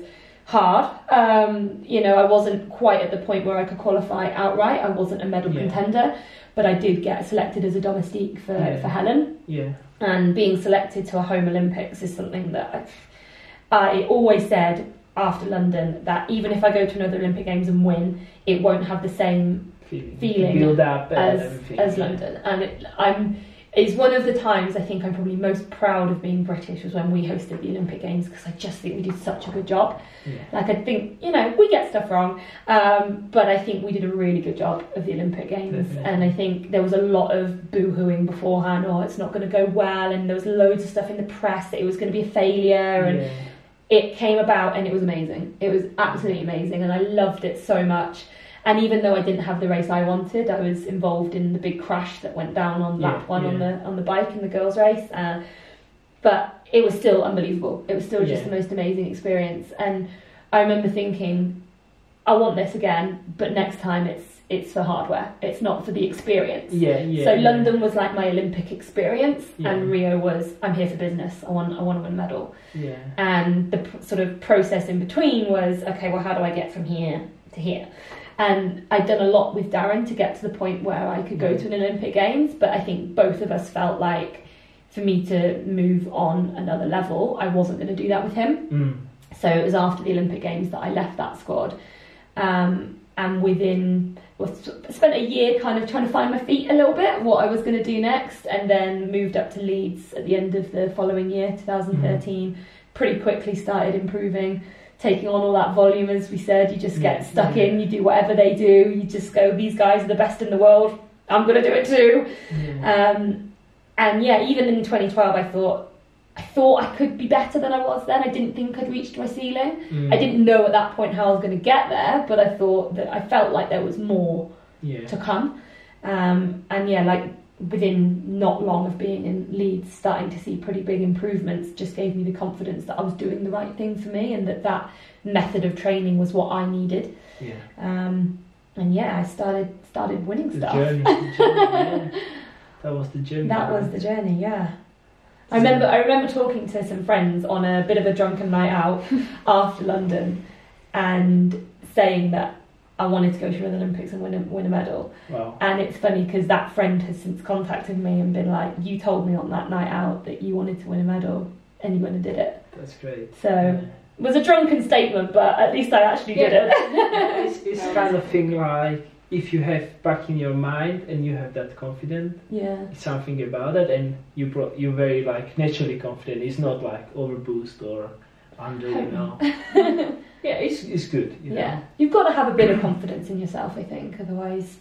S2: hard. Um, you know, I wasn't quite at the point where I could qualify outright. I wasn't a medal
S1: Yeah.
S2: contender, but I did get selected as a domestique for,
S1: Yeah.
S2: for Helen
S1: Yeah.
S2: and being selected to a home Olympics is something that I've, I always said after London that even if I go to another Olympic Games and win, it won't have the same
S1: Feeling.
S2: Feeling
S1: Build up and
S2: as
S1: everything.
S2: as
S1: yeah.
S2: London. And it, I'm it's one of the times I think I'm probably most proud of being British was when we hosted the Olympic Games because I just think we did such a good job.
S1: Yeah.
S2: Like I think you know we get stuff wrong, um, but I think we did a really good job of the Olympic Games,
S1: Definitely.
S2: and I think there was a lot of boo-hooing beforehand. Oh, it's not going to go well, and there was loads of stuff in the press that it was going to be a failure, and
S1: Yeah.
S2: it came about, and it was amazing. It was absolutely amazing, and I loved it so much. And even though I didn't have the race I wanted, I was involved in the big crash that went down on
S1: Yeah,
S2: lap one on
S1: yeah.
S2: the on the bike in the girls' race. Uh, but it was still unbelievable. It was still just
S1: Yeah.
S2: the most amazing experience. And I remember thinking, I want this again, but next time it's it's for hardware. It's not for the experience.
S1: Yeah. yeah,
S2: so
S1: yeah.
S2: London was like my Olympic experience, and
S1: Yeah.
S2: Rio was I'm here for business. I want I want to win a medal
S1: Yeah.
S2: and the pr- sort of process in between was okay well how do i get from here to here and i'd done a lot with darren to get to the point where i could go to an olympic games but i think both of us felt like for me to move on another level, I wasn't going to do that with him.
S1: Mm.
S2: So it was after the Olympic Games that I left that squad, um, and within well, sp- spent a year kind of trying to find my feet a little bit, what I was going to do next, and then moved up to Leeds at the end of the following year, 2013. Pretty quickly started improving, taking on all that volume. As we said, you just get
S1: Yeah,
S2: stuck
S1: yeah.
S2: in, you do whatever they do, you just go, these guys are the best in the world. I'm going to do it too.
S1: Yeah.
S2: Um, and yeah, even in 2012, I thought I thought I could be better than I was then. I didn't think I'd reached my ceiling.
S1: Mm.
S2: I didn't know at that point how I was going to get there, but I thought that I felt like there was more
S1: Yeah.
S2: to come. Um, and yeah, like within not long of being in Leeds, starting to see pretty big improvements just gave me the confidence that I was doing the right thing for me and that that method of training was what I needed.
S1: Yeah.
S2: Um, and yeah, I started started winning
S1: The
S2: stuff.
S1: journey. the journey, yeah. That was the journey.
S2: That was the journey, yeah. I remember I remember talking to some friends on a bit of a drunken night out after London and saying that I wanted to go to the Olympics and win a, win a medal.
S1: Wow.
S2: And it's funny because that friend has since contacted me and been like, "You told me on that night out that you wanted to win a medal and you went and did it."
S1: That's great.
S2: So it was a drunken statement, but at least I actually did
S1: Yeah,
S2: it.
S1: but it's, it's kind of thing like if you have back in your mind and you have that confidence,
S2: Yeah,
S1: it's something about it, and you pro- you're very like naturally confident. It's not like overboost or under, you know. yeah, it's it's good. You
S2: yeah.
S1: Know?
S2: You've got to have a bit of confidence in yourself, I think. Otherwise,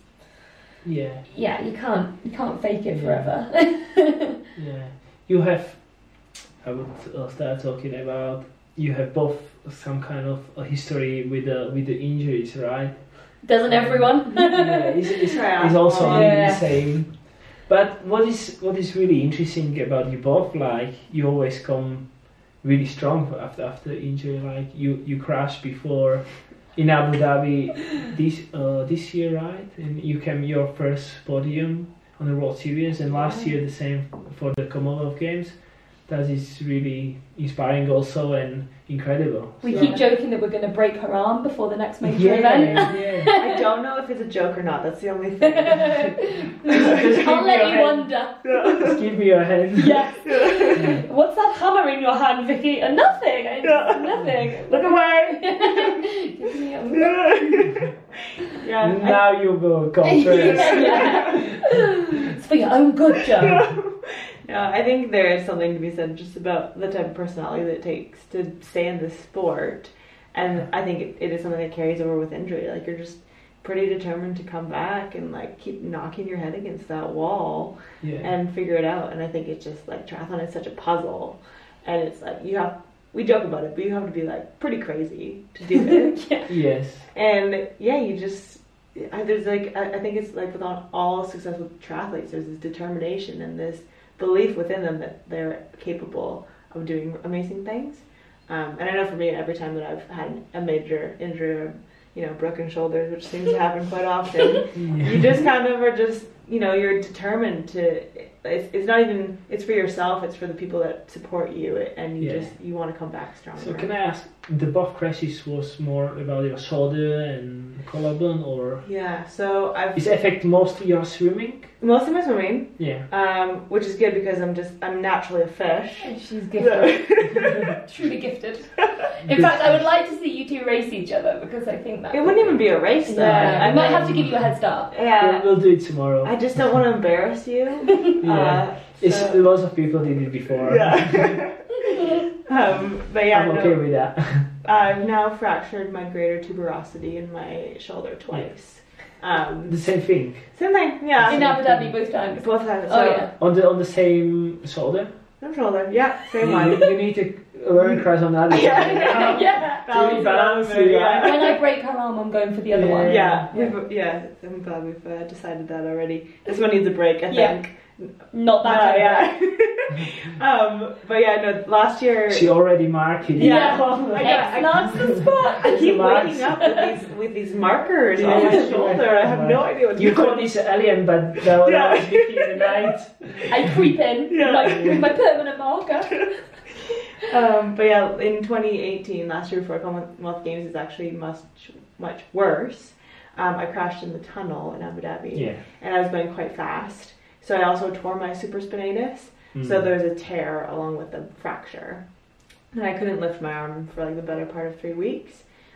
S1: Yeah.
S2: yeah, you can't you can't fake
S1: Yeah.
S2: it forever.
S1: Yeah, you have. I would uh, start talking about you have both some kind of a history with the with the injuries, right?
S2: Doesn't everyone?
S1: yeah, it's, it's,
S3: Yeah.
S1: it's also
S2: Yeah.
S1: under the same. But what is what is really interesting about you both? Like you always come really strong after after injury. Like you you crashed before in Abu Dhabi this uh, this year, right? And you came your first podium on the World Series, and last year the same for the Commonwealth Games. That is really inspiring, also and incredible.
S2: we
S3: Yeah.
S2: keep joking that we're going to break her arm before the next major
S1: yeah,
S2: event.
S1: yeah.
S3: I don't know if it's a joke or not. That's the only thing.
S1: Just
S2: I'll
S1: keep
S2: let
S1: your
S2: you
S1: hand-
S2: wonder.
S1: Just give me your hand.
S2: Yes. What's that hammer in your hand, Vicky? Uh, nothing. I-
S3: Yeah.
S2: Nothing.
S3: Look away.
S2: Give me a-
S3: yeah.
S1: Now you will come first.
S2: Yeah. It's for your own good, Joe.
S3: Yeah, I think there is something to be said just about the type of personality that it takes to stay in this sport. And I think it, it is something that carries over with injury. Like, you're just pretty determined to come back and, like, keep knocking your head against that wall
S1: Yeah.
S3: and figure it out. And I think it's just, like, triathlon is such a puzzle. And it's like, you have, we joke about it, but you have to be, like, pretty crazy to do it.
S1: Yes.
S3: And yeah, you just I- there's like I I think it's like with all- all successful triathletes, there's this determination and this belief within them that they're capable of doing amazing things. Um, and I know for me, every time that I've had a major injury, or, you know, broken shoulders, which seems to happen quite often, you just kind of are just you know you're determined to it's, it's not even it's for yourself it's for the people that support you and you
S1: Yeah.
S3: just you want to come back stronger
S1: So can I ask, the buff crashes was more about your shoulder and collarbone, or
S3: yeah so i've
S1: is affect mostly your swimming?
S3: most of my swimming
S1: Yeah.
S3: um, which is good because I'm just I'm naturally a fish.
S2: She's gifted. Truly gifted. In fact, I would like to see you two race each other because I think that
S3: It wouldn't even be a race though.
S2: Yeah,
S3: I
S2: I might
S3: mean,
S2: have to give you a head start.
S1: We'll,
S3: Yeah,
S1: we'll do it tomorrow.
S3: uh, I just don't want to embarrass you.
S1: yeah.
S3: Uh,
S1: it's
S3: so-
S1: lots of people did it before.
S3: yeah. um, but yeah,
S1: I'm
S3: no,
S1: okay with that.
S3: I've now fractured my greater tuberosity in my shoulder twice. Um,
S1: the same thing
S3: same thing. Yeah.
S2: In Abu Dhabi both times.
S3: both times.
S2: Oh
S3: so-
S2: yeah.
S1: on the on the same shoulder.
S3: Same shoulder. Yeah. Same
S1: you,
S3: one.
S1: you need to learn crash on that.
S3: Yeah.
S2: yeah.
S1: Balance, balance, yeah.
S2: When I break her arm, I'm going for the other one.
S3: Yeah,
S1: Yeah.
S3: we've, yeah, I'm glad we've uh, decided that already. This one needs a break, I
S2: Yeah.
S3: think.
S2: Not that.
S3: No,
S2: kind of
S3: Uh, yeah. um, but yeah, no, last year.
S1: She already marked it.
S3: yeah.
S2: Yeah.
S3: Oh my
S2: break.
S3: God, I-
S2: That's the spot.
S3: I keep
S1: Relax.
S3: waking up with these with these markers on my
S1: Yeah.
S3: shoulder. I have no idea what
S1: You call this alien, but that was
S3: Yeah.
S1: Vicky in the night.
S2: I creep in
S3: Yeah.
S2: like with my permanent marker.
S3: Um, but yeah, in 2018, last year before Commonwealth Games, is actually much much worse. Um, I crashed in the tunnel in Abu Dhabi,
S1: Yeah.
S3: and I was going quite fast. So I also tore my supraspinatus, So
S1: Hmm.
S3: there was a tear along with the fracture. And I couldn't lift my arm for like the better part of three weeks.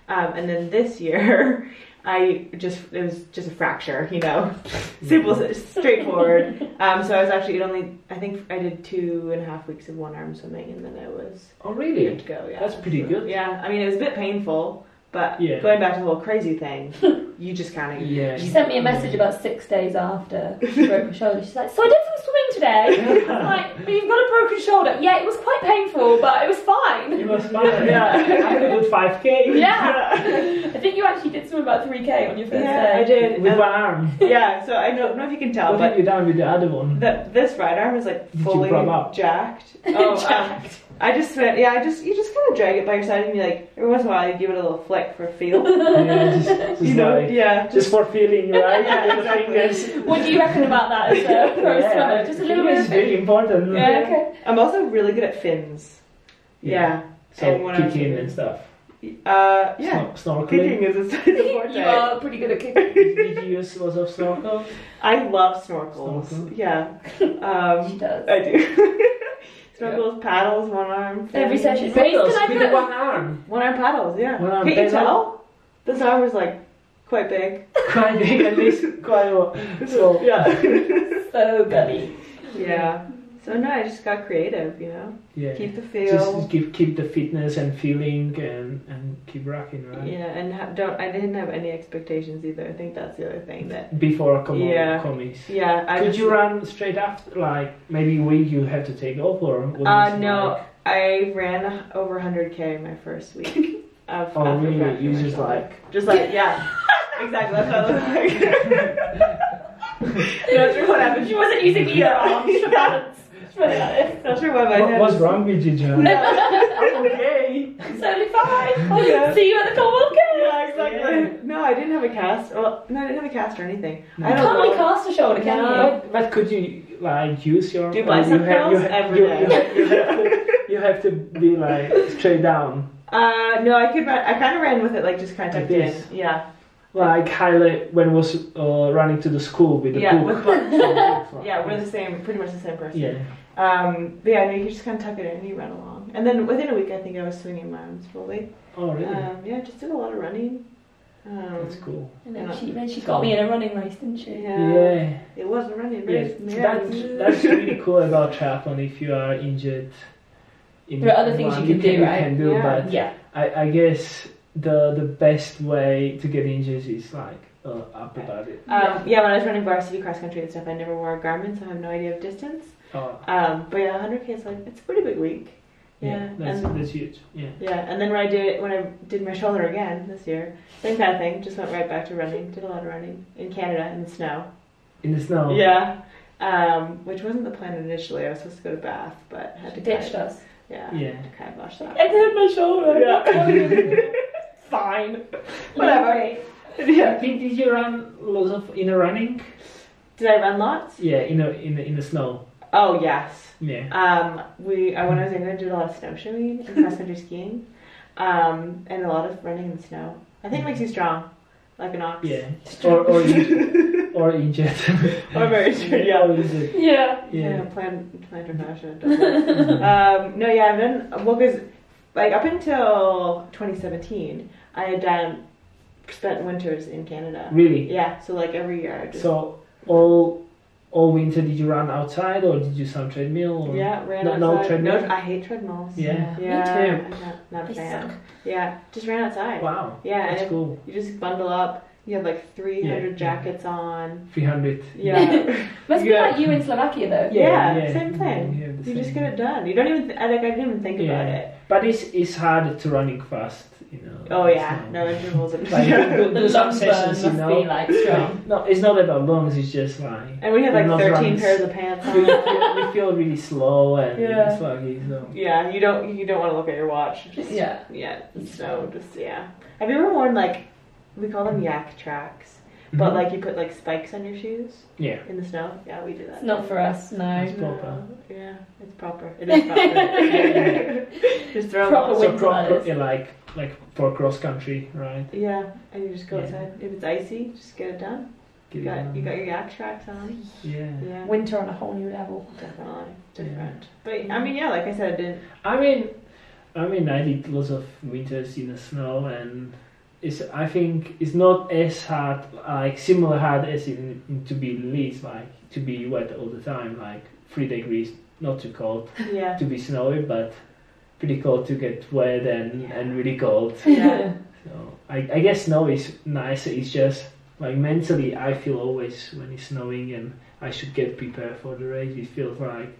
S3: Um, and then this year, I just, it was just a fracture, you know, simple, s- straightforward. Um, so I was actually, it only, I think I did two and a half weeks of one arm swimming and then I was
S1: Oh,
S3: good
S1: really?
S3: to go, yeah.
S1: That's pretty good.
S3: Yeah, I mean, it was a bit painful, but
S1: Yeah.
S3: going back to the whole crazy thing, you just kind of,
S1: Yeah.
S2: She sent me a message about six days after she broke her shoulder. She's like, "So I did some swimming today." I'm like, "But you've got a broken shoulder." Yeah, it was quite painful, but it was fine.
S1: It was fine.
S3: Yeah.
S1: I had a good 5k.
S2: Yeah, I think you actually did swim about three k on your first
S3: Yeah, I
S2: day.
S3: did.
S1: With
S3: And-
S1: my arm.
S3: yeah, so I don't know if you can tell,
S1: What
S3: but
S1: have you done with the other one?
S3: That this right arm is like
S1: Did you
S3: fully
S1: rub up?
S3: jacked. Oh,
S2: uh,
S3: um,
S2: Jacked.
S3: I just spent, yeah, I just you just kind of drag it by your side and be like every once in a while you give it a little flick for feel,
S1: yeah, just, just
S3: you know?
S1: like-
S3: yeah,
S1: just for feeling, right?
S3: Yeah,
S1: With the
S3: exactly.
S1: fingers.
S2: What do you reckon about that as a pro
S1: Yeah,
S2: swimmer? Just a little bit.
S1: It's
S2: Of it.
S1: really important.
S3: Yeah.
S2: Yeah, okay.
S3: I'm also really good at fins.
S1: Yeah.
S3: Yeah. And
S1: So
S3: when I was
S1: kicking
S3: doing-
S1: and stuff.
S3: Uh, yeah.
S1: Snor- snorkeling.
S3: Kicking is a, is a forte.
S2: You are pretty good at kicking.
S1: Did you use lots of snorkel?
S3: I love snorkels.
S1: Snorkel?
S3: Yeah.
S2: She
S3: Um,
S2: does.
S3: I do. snorkels, paddles, one arm.
S2: Every
S3: fins.
S2: session. Raise, can I
S1: with
S2: put
S1: one arm.
S3: One arm paddles. Yeah.
S1: One arm
S3: Can you
S1: paddle?
S3: tell? This arm is like quite big.
S1: Quite big, at least quite a So
S3: Yeah.
S2: so gully?
S3: Yeah. So no, I just got creative, you know.
S1: yeah.
S3: Keep the
S1: just
S3: feel.
S1: keep keep the fitness and feeling and and keep rocking, right?
S3: Yeah, and ha- don't. I didn't have any expectations either. I think that's the other thing that.
S1: Before come
S3: Yeah.
S1: commies.
S3: Yeah. I
S1: Could
S3: just,
S1: you run straight after, like maybe a week you had to take off or? was
S3: Uh,
S1: it
S3: no,
S1: like-
S3: I ran over 100k my first week. Of
S1: Oh,
S3: after
S1: really?
S3: fracturing
S1: You
S3: my
S1: just
S3: shoulder.
S1: like
S3: Just like yeah. exactly. That's what I look like. Not sure what happened.
S2: She wasn't using either arm. She was balanced. She was like
S3: Not sure what my
S1: what,
S3: head
S1: what's wrong with you, John?
S3: No. okay.
S2: this. Totally fine.
S3: Yeah.
S2: See you at the Commonwealth Games.
S3: Yeah, exactly. No, I didn't have a cast. Well, no, I didn't have a cast or anything. I
S2: You
S3: don't
S2: can't
S3: know.
S2: really cast a shoulder, can
S3: No.
S2: you?
S1: But, but could you like use your
S3: Do
S1: or
S3: bicep
S1: you have, you
S3: curls
S1: ha-
S3: every
S1: you,
S3: day.
S1: you have, you have to, you have to be like straight down,
S3: Uh, no, I could run. I kind of ran with it, like just kind of
S1: Like
S3: tucked in.
S1: this.
S3: Yeah,
S1: like highlight when was uh, running to the school with the
S3: yeah,
S1: book.
S3: with buttons.
S1: With,
S3: yeah, we're the same, pretty much the same person.
S1: yeah.
S3: Um, but yeah, no, you could just kind of tuck it in and you run along. And then within a week, I think I was swinging my arms fully.
S1: Oh, really?
S3: Um, yeah, just did a lot of running. Um,
S1: That's cool.
S2: And then she, then she got me in a running race, didn't she?
S3: Yeah,
S1: Yeah.
S3: it was a running
S1: Yeah,
S3: race.
S1: that's, that's really cool about triathlon. If you are injured, in
S2: There are other things
S1: one,
S2: you can do,
S1: you
S2: right?
S1: Can do,
S3: Yeah.
S1: but
S2: Yeah.
S1: I, I guess the the best way to get injured is like uh, upper body.
S3: Um, yeah, when I was running varsity cross country and stuff, I never wore a garment, so I have no idea of distance.
S1: Oh,
S3: Um, but yeah, 100k is like it's a pretty big week.
S1: yeah, that's,
S3: and-
S1: that's huge. Yeah.
S3: Yeah, and then when I did when I did my shoulder again this year, same kind of thing. Just went right back to running. Did a lot of running in Canada in the snow.
S1: In the snow.
S3: Yeah, um, which wasn't the plan initially. I was supposed to go to Bath, but had
S2: She
S3: to
S2: ditched
S3: kind of-
S2: us.
S3: Yeah,
S1: Yeah.
S3: had to kind of watch
S2: I
S3: that.
S2: hurt my shoulder.
S3: Yeah.
S2: fine.
S3: Whatever.
S2: Leave me.
S3: yeah.
S1: Did, did you run lots of inner running?
S3: Did I run lots?
S1: Yeah, in the in the, in the snow.
S3: Oh yes.
S1: Yeah.
S3: Um, we I, when I was younger, I did a lot of snowshoeing and cross country skiing, um, and a lot of running in the snow. I think it makes you strong, like an ox.
S1: Yeah. Or or injured. or injured.
S3: Or very strong.
S1: Or
S3: Yeah.
S1: injured.
S2: Yeah.
S1: Yeah. Mm-hmm.
S3: plan plantar fascia. um, no, yeah, I've done well because like up until 2017, I had done spent winters in Canada.
S1: Really.
S3: Yeah, so like every year. I just,
S1: So all all winter did you run outside or did you some treadmill? Or?
S3: yeah, ran
S1: No- no
S3: outside.
S1: treadmill?
S3: I hate treadmills.
S1: Yeah.
S3: Yeah,
S2: Me
S3: I'm not, not a
S2: They
S3: fan. Yeah, just ran outside.
S1: Wow.
S3: Yeah, and
S1: That's
S3: if
S1: cool.
S3: you just bundle up. You have like 300
S1: Yeah.
S3: jackets on.
S1: Three hundred.
S3: Yeah.
S2: Must be
S1: Yeah.
S2: like you in Slovakia though.
S3: Yeah, same thing.
S1: Yeah, the
S3: you just
S1: same.
S3: get it done. You don't even, I, like, I didn't even think about
S1: Yeah.
S3: it.
S1: But it's it's hard to running fast, you know.
S3: Oh,
S1: it's
S3: yeah.
S1: not-
S3: No intervals. in-
S1: Like,
S3: Yeah.
S1: do,
S2: The
S1: do some
S2: lungs burn
S1: sessions,
S2: must
S1: you know.
S2: be like strong.
S1: No, it's not about lungs. It's just like
S3: And we had like
S1: Love
S3: 13
S1: runs.
S3: pairs of pants
S1: we
S3: on.
S1: feel, we feel really slow and
S3: Yeah.
S1: it's sluggy. So
S3: yeah, you don't you don't want to look at your watch. Just,
S2: Yeah.
S3: Yeah. So just yeah. Have you ever worn like we call them yak tracks,
S1: Mm-hmm.
S3: but like you put like spikes on your shoes
S1: yeah,
S3: in the snow? Yeah, we do that.
S2: It's not for us, no.
S1: It's proper.
S3: Yeah, it's proper. It is proper. just throw 'em
S2: Proper
S3: on.
S1: so
S2: winter
S1: pro- pro-
S2: runners.
S1: yeah, like like for cross country, right?
S3: Yeah, and you just go
S1: Yeah.
S3: outside. If it's icy, just get it done.
S1: Get
S3: You
S1: it
S3: got
S1: on.
S3: you got your yak tracks on.
S1: Oh, yeah.
S3: Yeah,
S2: Winter on a whole new level.
S3: definitely different. But
S2: Mm-hmm.
S3: I mean, yeah, like I said, didn't
S1: I mean, I mean, I did lots of winters in the snow, and it's I think it's not as hard, like similar hard as in, in to be released, like to be wet all the time, like three degrees, not too cold
S3: yeah.
S1: to be snowy, but pretty cold to get wet and
S3: Yeah.
S1: and really cold.
S3: Yeah.
S1: So I, I guess snow is nice. It's just like mentally, I feel always when it's snowing and I should get prepared for the race. It feels like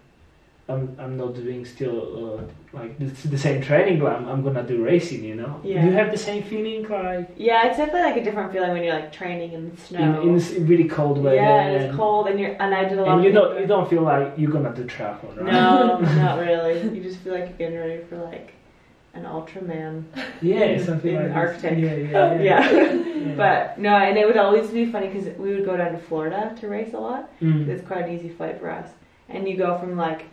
S1: I'm I'm not doing still uh, like the, the same training. but I'm I'm gonna do racing. You know.
S3: Yeah.
S1: Do you have the same feeling like
S3: Yeah, it's definitely like a different feeling when you're like training in the snow.
S1: in, in s- really cold weather?
S3: yeah, and it's
S1: and-
S3: cold, and you're and I did a lot.
S1: And
S3: of
S1: you don't
S3: things-
S1: you don't feel like you're gonna do triathlon, right?
S3: No, not really. You just feel like you're getting ready for like an Ultraman.
S1: Yeah,
S3: In-
S1: something
S3: in
S1: like
S3: Arctic.
S1: This. Yeah, yeah, yeah.
S3: yeah.
S1: yeah.
S3: But no, and it would always be funny because we would go down to Florida to race a lot.
S1: Mm.
S3: It's quite an easy flight for us. And you go from like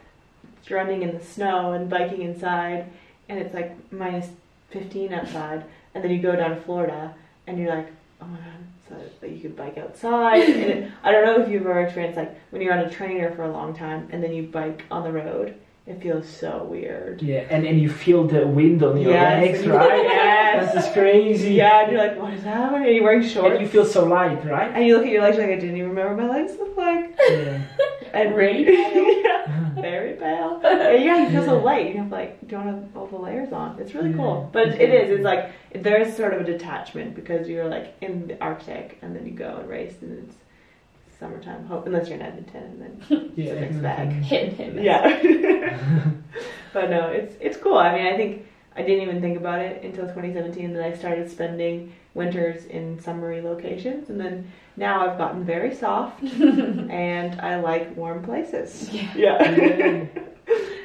S3: running in the snow and biking inside, and it's like minus 15 outside, and then you go down to Florida, and you're like, oh my god, so that you could bike outside. and it, I don't know if you've ever experienced like when you're on a trainer for a long time and then you bike on the road, it feels so weird.
S1: yeah, and and you feel the wind on your
S3: Yes.
S1: legs, right?
S3: Yes.
S1: This is crazy.
S3: Yeah, and you're like, what is happening? Are you wearing shorts?
S1: And you feel so light, right?
S3: And you look at your legs like I didn't even remember my legs looked like.
S1: Yeah.
S3: And
S2: Really
S3: yeah, very pale. And yeah, you feel so
S1: Yeah.
S3: light. You have like don't have all the layers on. It's really
S1: Yeah.
S3: cool. But it is. It's like there is sort of a detachment because you're like in the Arctic and then you go and race and it's summertime. Hope unless you're in Edmonton and then
S1: yeah,
S3: It's a mixed bag.
S1: everything.
S2: Hit and hit. miss.
S3: yeah. but no, it's it's cool. I mean, I think I didn't even think about it until 2017 that I started spending winters in summery locations, and then now I've gotten very soft, and I like warm places.
S2: Yeah.
S1: Yeah.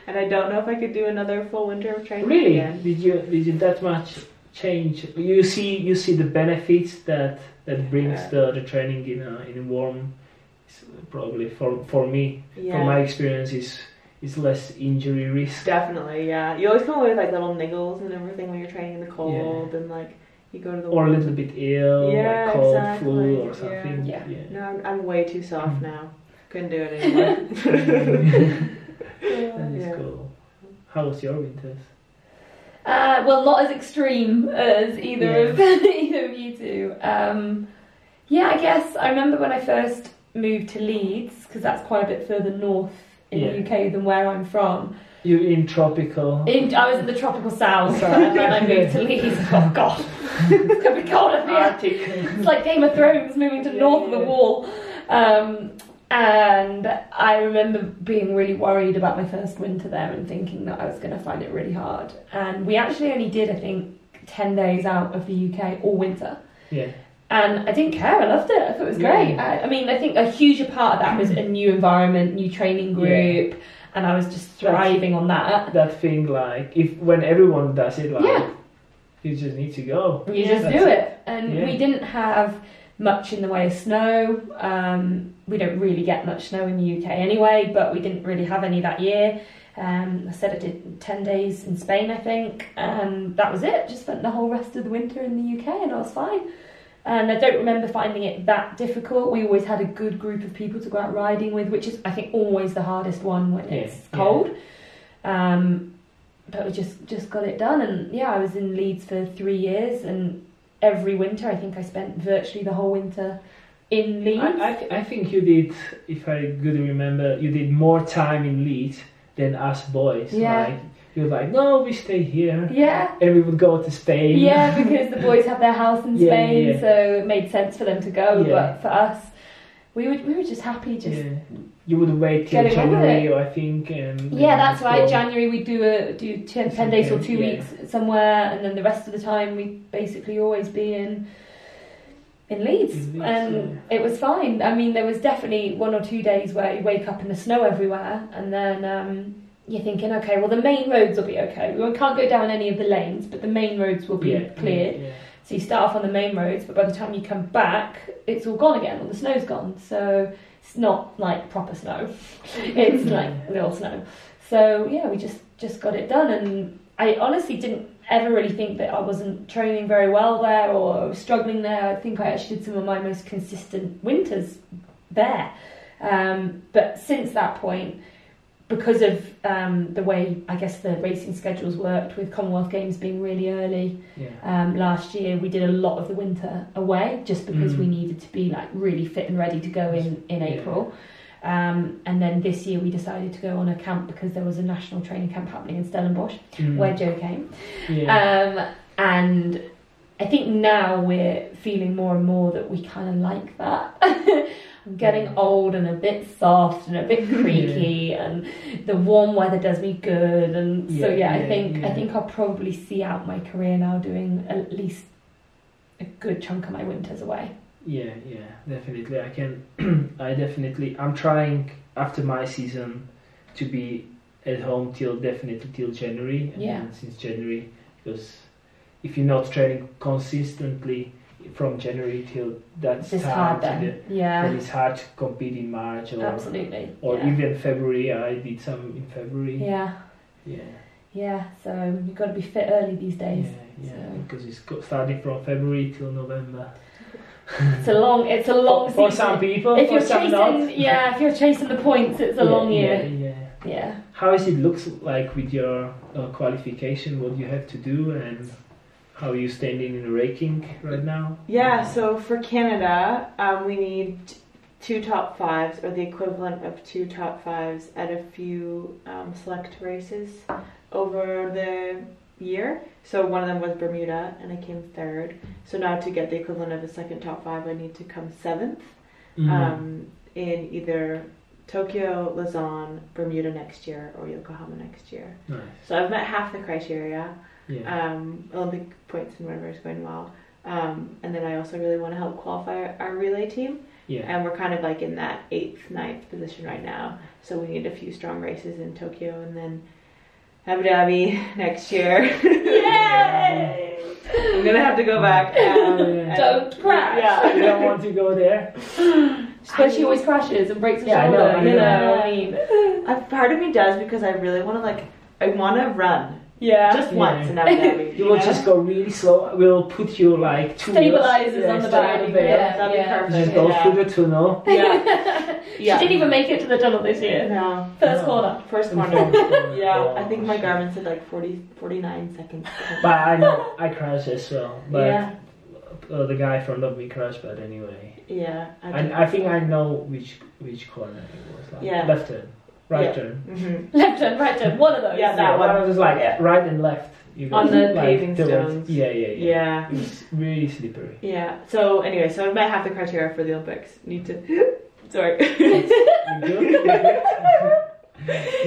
S3: and I don't know if I could do another full winter of training
S1: really?
S3: again.
S1: Did you did you that much change? You see you see the benefits that that brings
S3: Yeah.
S1: the, the training in a, in a warm. it's Probably for for me,
S3: Yeah.
S1: from my experience, is is less injury risk.
S3: Definitely, yeah. You always come away with like little niggles and everything when you're training in the cold, and like you go to the
S1: Or a little bit ill,
S3: Yeah,
S1: like cold,
S3: exactly,
S1: flu,
S3: yeah.
S1: or something.
S2: Yeah.
S3: No, I'm, I'm way too soft
S1: Mm.
S3: now. Couldn't do it anymore.
S1: that is
S3: Yeah.
S1: cool. How was your winters?
S2: Uh, well, not as extreme as either of either of you two. Um, yeah, I guess I remember when I first moved to Leeds because that's quite a bit further north in the
S1: Yeah.
S2: UK than where I'm from.
S1: You in tropical?
S2: In, I was in the tropical
S3: uh,
S2: south, and then I moved to Leeds. Oh God, it's gonna be cold up here.
S1: Arctic.
S2: It's like Game of Thrones moving to
S1: Yeah,
S2: North of the
S1: yeah.
S2: Wall. Um, and I remember being really worried about my first winter there and thinking that I was going to find it really hard. And we actually only did, I think, 10 days out of the UK all winter.
S1: Yeah.
S2: And I didn't care, I loved it. I thought it was
S1: Yeah.
S2: great. I, I mean, I think a huge part of that was a new environment, new training group, and I was just thriving on that.
S1: that thing like if when everyone does it like
S2: Yeah.
S1: you just need to go
S2: You
S3: Yeah,
S2: just
S1: that's
S2: do it. And
S1: Yeah.
S2: we didn't have much in the way of snow. Um, we don't really get much snow in the UK anyway, but we didn't really have any that year. Um, I said I did 10 days in Spain, I think, and that was it. Just spent the whole rest of the winter in the UK and I was fine. And I don't remember finding it that difficult. We always had a good group of people to go out riding with, which is, I think, always the hardest one when
S1: Yeah,
S2: it's
S1: yeah.
S2: cold. Um, but we just just got it done and yeah i was in leeds for three years and every winter i think i spent virtually the whole winter in leeds
S1: I, I, I think you did if i good remember you did more time in leeds than us boys
S2: Yeah.
S1: like you're like no we stay here
S2: yeah
S1: and we would go to spain
S2: yeah because the boys have their house in
S1: Yeah,
S2: spain
S1: yeah.
S2: so it made sense for them to go
S1: Yeah.
S2: but for us we would we were just happy just yeah.
S1: Yeah. you would wait till
S2: Getting on with
S1: january or i think and
S2: that's right.
S1: January.
S2: January we do a do ten, 10 days or two
S1: Yeah.
S2: weeks somewhere, and then the rest of the time we basically always be in in Leeds,
S1: In Leeds,
S2: and it was fine. I mean, there was definitely one or two days where you wake up in the snow everywhere, and then um, you're thinking, okay, well the main roads will be okay. We can't go down any of the lanes, but the main roads will be cleared.
S1: yeah.
S2: So you start off on the main roads, but by the time you come back, it's all gone again. All the snow's gone, so it's not like proper snow. it's like little snow. So yeah, we just just got it done, and I honestly didn't ever really think that I wasn't training very well there or I was struggling there. I think I actually did some of my most consistent winters there. Um, but since that point, because of um, the way I guess the racing schedules worked, with Commonwealth Games being really early,
S1: Yeah.
S2: um, last year we did a lot of the winter away just because
S1: Mm.
S2: we needed to be like really fit and ready to go in in
S1: Yeah.
S2: April. Um, and then this year we decided to go on a camp because there was a national training camp happening in Stellenbosch
S1: Mm.
S2: where Joe came.
S1: yeah.
S2: Um, and I think now we're feeling more and more that we kind of like that. I'm getting
S1: Yeah.
S2: old and a bit soft and a bit creaky, and the warm weather does me good. And so
S1: Yeah,
S2: yeah,
S1: yeah,
S2: I think
S1: yeah.
S2: I think I'll probably see out my career now doing at least a good chunk of my winters away.
S1: yeah, yeah, definitely. I can. I definitely. I'm trying after my season to be at home till definitely till January. and
S2: Yeah.
S1: then Since January, because if you're not training consistently from January till that's
S2: It's
S1: time
S2: hard
S1: to
S2: then.
S1: the-
S2: Yeah,
S1: then it's hard to compete in March or
S2: absolutely.
S1: or
S2: yeah.
S1: even February. I did some in February.
S2: yeah,
S1: Yeah.
S2: yeah. So you've got to be fit early these days.
S1: Yeah, yeah,
S2: so-
S1: because it's got starting from February till November.
S2: It's a long. It's a long
S1: for, for
S2: season.
S1: some people,
S2: if
S1: for
S2: you're
S1: some
S2: chasing,
S1: not.
S2: yeah, if you're chasing the points, it's a
S1: Yeah,
S2: long
S1: yeah,
S2: year.
S1: yeah.
S2: Yeah.
S1: How is it looks like with your uh, qualification? What you have to do and how you standing in the ranking right now?
S3: Yeah, so for Canada, um, we need two top fives or the equivalent of two top fives at a few um, select races over the year. So one of them was Bermuda, and I came third. So now to get the equivalent of a second top five, I need to come seventh
S1: Mhm.
S3: um, in either Tokyo, Lausanne, Bermuda next year, or Yokohama next year.
S1: nice.
S3: So I've met half the criteria
S1: Yeah.
S3: um, Olympic points and whatever is going well. Um, and then I also really want to help qualify our relay team.
S1: yeah.
S3: And we're kind of like in that eighth, ninth position right now. So we need a few strong races in Tokyo and then Abu Dhabi next year.
S2: Yay!
S3: I'm going to have to go
S1: Oh,
S3: back. Um, and-
S2: Don't crash.
S3: Yeah.
S1: you don't want to go there.
S2: But she always crashes and breaks her
S1: Yeah, I know,
S2: shoulder.
S1: I
S2: you
S1: know.
S2: know what I mean?
S3: A part of me does because I really want to like, I want to run
S2: Yeah.
S3: just
S1: Yeah.
S3: once in Abu Dhabi.
S1: You will
S3: know?
S1: just go really slow. We'll put you like two wheels.
S2: Stabilizes
S1: Yeah,
S2: on the back.
S1: stabilizer.
S2: Yeah,
S3: That'd be
S2: yeah.
S3: perfect.
S1: Just go
S3: Yeah.
S1: through the tunnel.
S3: Yeah. yeah.
S2: She didn't even make it to the tunnel this year.
S3: No.
S2: First
S1: No.
S2: corner.
S3: First
S1: and
S3: corner.
S1: then-
S3: Yeah,
S1: Oh,
S3: I think my
S1: shit.
S3: Garmin said like 40, 49 seconds.
S1: But I know I crashed as well. But
S3: yeah,
S1: uh, the guy from Love Me crashed. But anyway,
S3: yeah.
S1: I, I think I know which which corner it was. Like.
S3: Yeah.
S1: Left turn, right
S3: Yeah.
S1: turn.
S3: hmm
S2: Left turn, right turn, one of those.
S3: Yeah, that
S1: yeah,
S3: one.
S1: I was like right and left. You
S3: On
S1: go,
S3: the paving
S1: towards-
S3: stones.
S1: Yeah, yeah, yeah.
S3: Yeah,
S1: It was really slippery.
S3: yeah. So anyway, so I met half the criteria for the Olympics. Need to, sorry.
S1: You good? You good?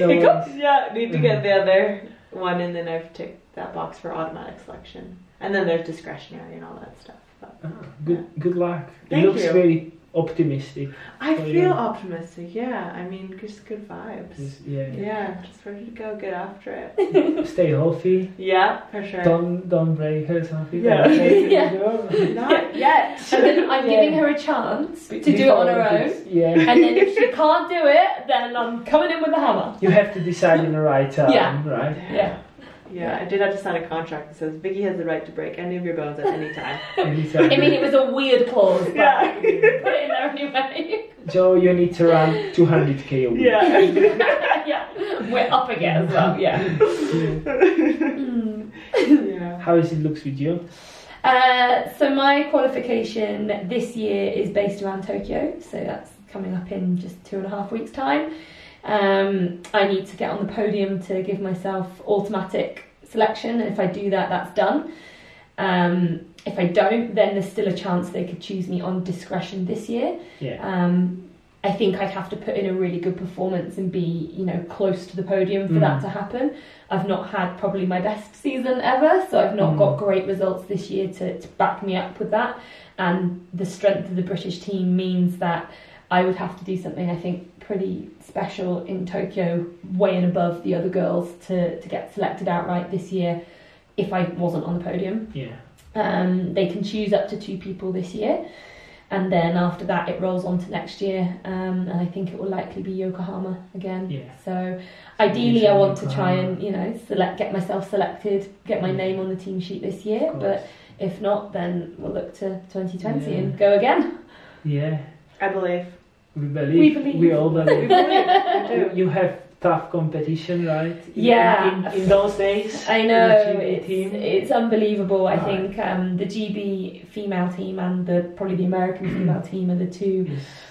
S1: no
S3: Hiccups?
S1: worries. Mm-hmm.
S3: yeah, need to get the other one, and then I've ticked that box for automatic selection, and then there's discretionary and all that stuff. But
S1: Ah, good, good luck.
S3: Thank
S1: it looks
S3: you.
S1: very optimistic.
S3: I
S1: Oh,
S3: feel
S1: yeah.
S3: optimistic. Yeah, I mean, just good vibes.
S1: Just- yeah.
S3: Yeah, just ready to go. Get after it.
S1: Stay healthy.
S3: Yeah, for sure.
S1: Don't don't break or something.
S3: Yeah.
S1: Okay,
S2: Yeah.
S1: you know?
S3: Not yet.
S2: And then I'm
S1: Yeah.
S2: giving her a chance to
S1: Be-
S2: do it
S1: before
S2: on her own.
S1: Olympics, Yeah.
S2: And then if she can't do it, then I'm coming in with a hammer.
S1: You have to decide in the right time,
S2: Yeah.
S1: right?
S2: Yeah.
S3: Yeah, I did have to sign a contract that says Vicky has the right to break any of your bones at any time.
S1: And it's
S2: I mean, it was a weird clause. but
S3: Yeah.
S2: Put it in there anyway.
S1: Joe, you need to run 200k a week.
S3: yeah.
S2: yeah. We're up again as well. Yeah. Mm.
S3: yeah.
S1: How is it looks with you?
S2: Uh, so my qualification this year is based around Tokyo, so that's coming up in just two and a half weeks' time. Um, I need to get on the podium to give myself automatic selection. If I do that, that's done. Um, if I don't, then there's still a chance they could choose me on discretion this year.
S1: Yeah.
S2: Um, I think I'd have to put in a really good performance and be, you know, close to the podium for that
S1: Mm.
S2: to happen. I've not had probably my best season ever, so I've not
S1: Mm.
S2: got great results this year to, to back me up with that. And the strength of the British team means that I would have to do something I think pretty special in Tokyo, way and above the other girls to, to get selected outright this year if I wasn't on the podium.
S1: Yeah.
S2: Um, they can choose up to two people this year. And then after that, it rolls on to next year, um, and I think it will likely be Yokohama again.
S1: Yeah.
S2: So, ideally, I
S1: Usually
S2: want to try
S1: Yokohama.
S2: and you know select, get myself selected, get my
S1: Mm.
S2: name on the team sheet this year.
S1: Of
S2: But
S1: course.
S2: if not, then we'll look to 2020
S1: Yeah.
S2: and go again.
S1: yeah,
S3: I believe.
S1: we believe.
S2: believe.
S1: all
S3: We
S1: believe.
S3: believe. I
S1: you,
S3: do.
S1: you have tough competition, right? In-
S2: Yeah.
S1: In, in those days.
S2: I know
S1: The GB
S2: it's,
S1: team.
S2: it's unbelievable. I
S1: Right.
S2: think um, the GB female team and the probably the American female team are the two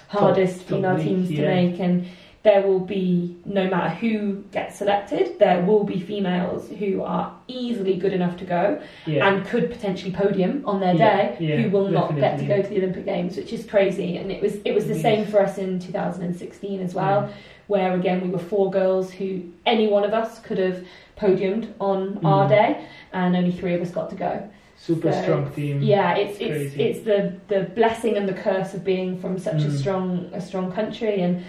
S2: hardest
S1: top
S2: female
S1: league,
S2: teams
S1: yeah.
S2: to make and there will be no matter who gets selected there will be females who are easily good enough to go
S1: Yeah.
S2: and could potentially podium on their
S1: Yeah,
S2: day
S1: yeah,
S2: who will not get to
S1: definitely.
S2: go to the olympic games which is crazy and it was it was the
S1: Yes.
S2: same for us in 2016 as well where again we were four girls who any one of us could have podiumed on our
S1: Mm.
S2: day and only three of us got to go
S1: Super
S2: So,
S1: strong team.
S2: yeah, it's it's
S1: Mm. crazy.
S2: it's the the blessing and the curse of being from such a
S1: Mm.
S2: strong a strong country and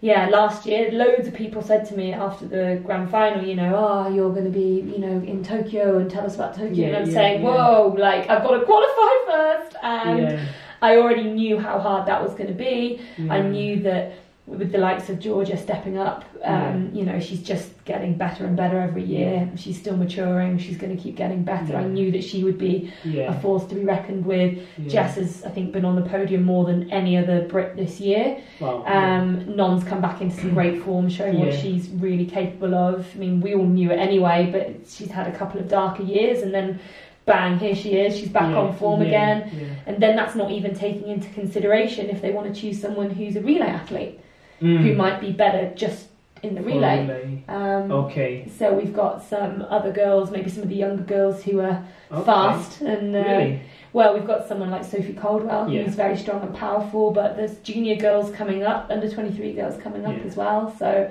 S2: yeah, last year loads of people said to me after the grand final, you know, oh, you're going to be, you know, in Tokyo and tell us about
S1: Yeah,
S2: Tokyo. and I'm
S1: yeah,
S2: saying,
S1: yeah.
S2: whoa, like I've got to qualify first, and
S1: yeah,
S2: I already knew how hard that was going to be.
S1: yeah.
S2: I knew that with the likes of Georgia stepping up, um, you know, she's just getting better and better every year. She's still maturing. She's going to keep getting better. I
S1: Yeah.
S2: knew that she would be a
S1: Yeah,
S2: force to be reckoned with.
S1: yeah.
S2: Jess has, I think, been on the podium more than any other Brit this year.
S1: Wow. yeah.
S2: Um, Non's come back into some great form, showing what
S1: Yeah.
S2: she's really capable of. I mean, we all knew it anyway, but she's had a couple of darker years, and then bang, here she is. She's back
S1: Yeah,
S2: on form
S1: yeah,
S2: again.
S1: yeah.
S2: And then that's not even taking into consideration if they want to choose someone who's a relay athlete who
S1: Mm.
S2: might be better just in the
S1: For
S2: relay.
S1: relay.
S2: Um,
S1: Okay.
S2: So we've got some other girls, maybe some of the younger girls who are
S1: okay.
S2: fast and uh,
S1: Really?
S2: well, we've got someone like Sophie Caldwell
S1: Yeah.
S2: who's very strong and powerful, but there's junior girls coming up, under 23 girls coming up
S1: Yeah.
S2: as well. So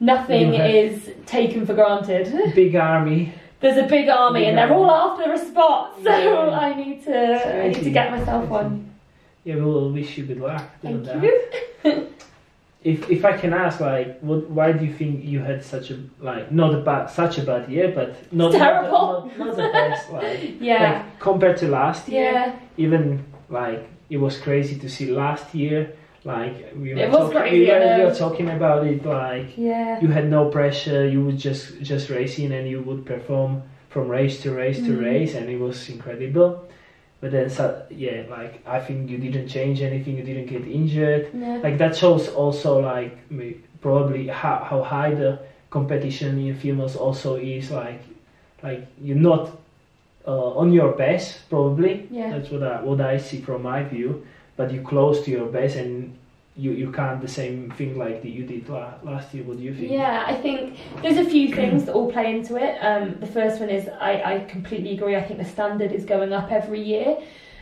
S2: nothing
S1: You have-
S2: is taken for granted.
S1: Big army.
S2: There's a big army,
S1: Big
S2: and they're
S1: army.
S2: all after a spot. So
S1: Yeah.
S2: I need to I need to
S1: Crazy.
S2: get myself one.
S1: Yeah, we will wish you good luck.
S2: Thank
S1: with that.
S2: you.
S1: If if I can ask, like, what? Why do you think you had such a like not a bad such a bad year, but not
S2: Terrible.
S1: Not, not the best. Like,
S2: Yeah.
S1: like compared to last year,
S2: Yeah,
S1: even like it was crazy to see last year. Like we were,
S2: It was
S1: talking,
S2: crazy,
S1: we,
S2: I
S1: were,
S2: know.
S1: we were talking about it. Like
S2: yeah,
S1: you had no pressure. You would just just racing, and you would perform from race to race to
S2: Mm.
S1: race, and it was incredible. But then, so, yeah, like I think you didn't change anything. You didn't get injured.
S2: yeah,
S1: Like that shows also like may- probably how how high the competition in females also is. Like like you're not uh, on your best probably,
S2: yeah,
S1: that's what I what I see from my view. But you close to your base and you you can't the same thing like that you did la- last year. What do you think?
S2: yeah. I think there's a few things that all play into it. Um, the first one is I, I completely agree. I think the standard is going up every year,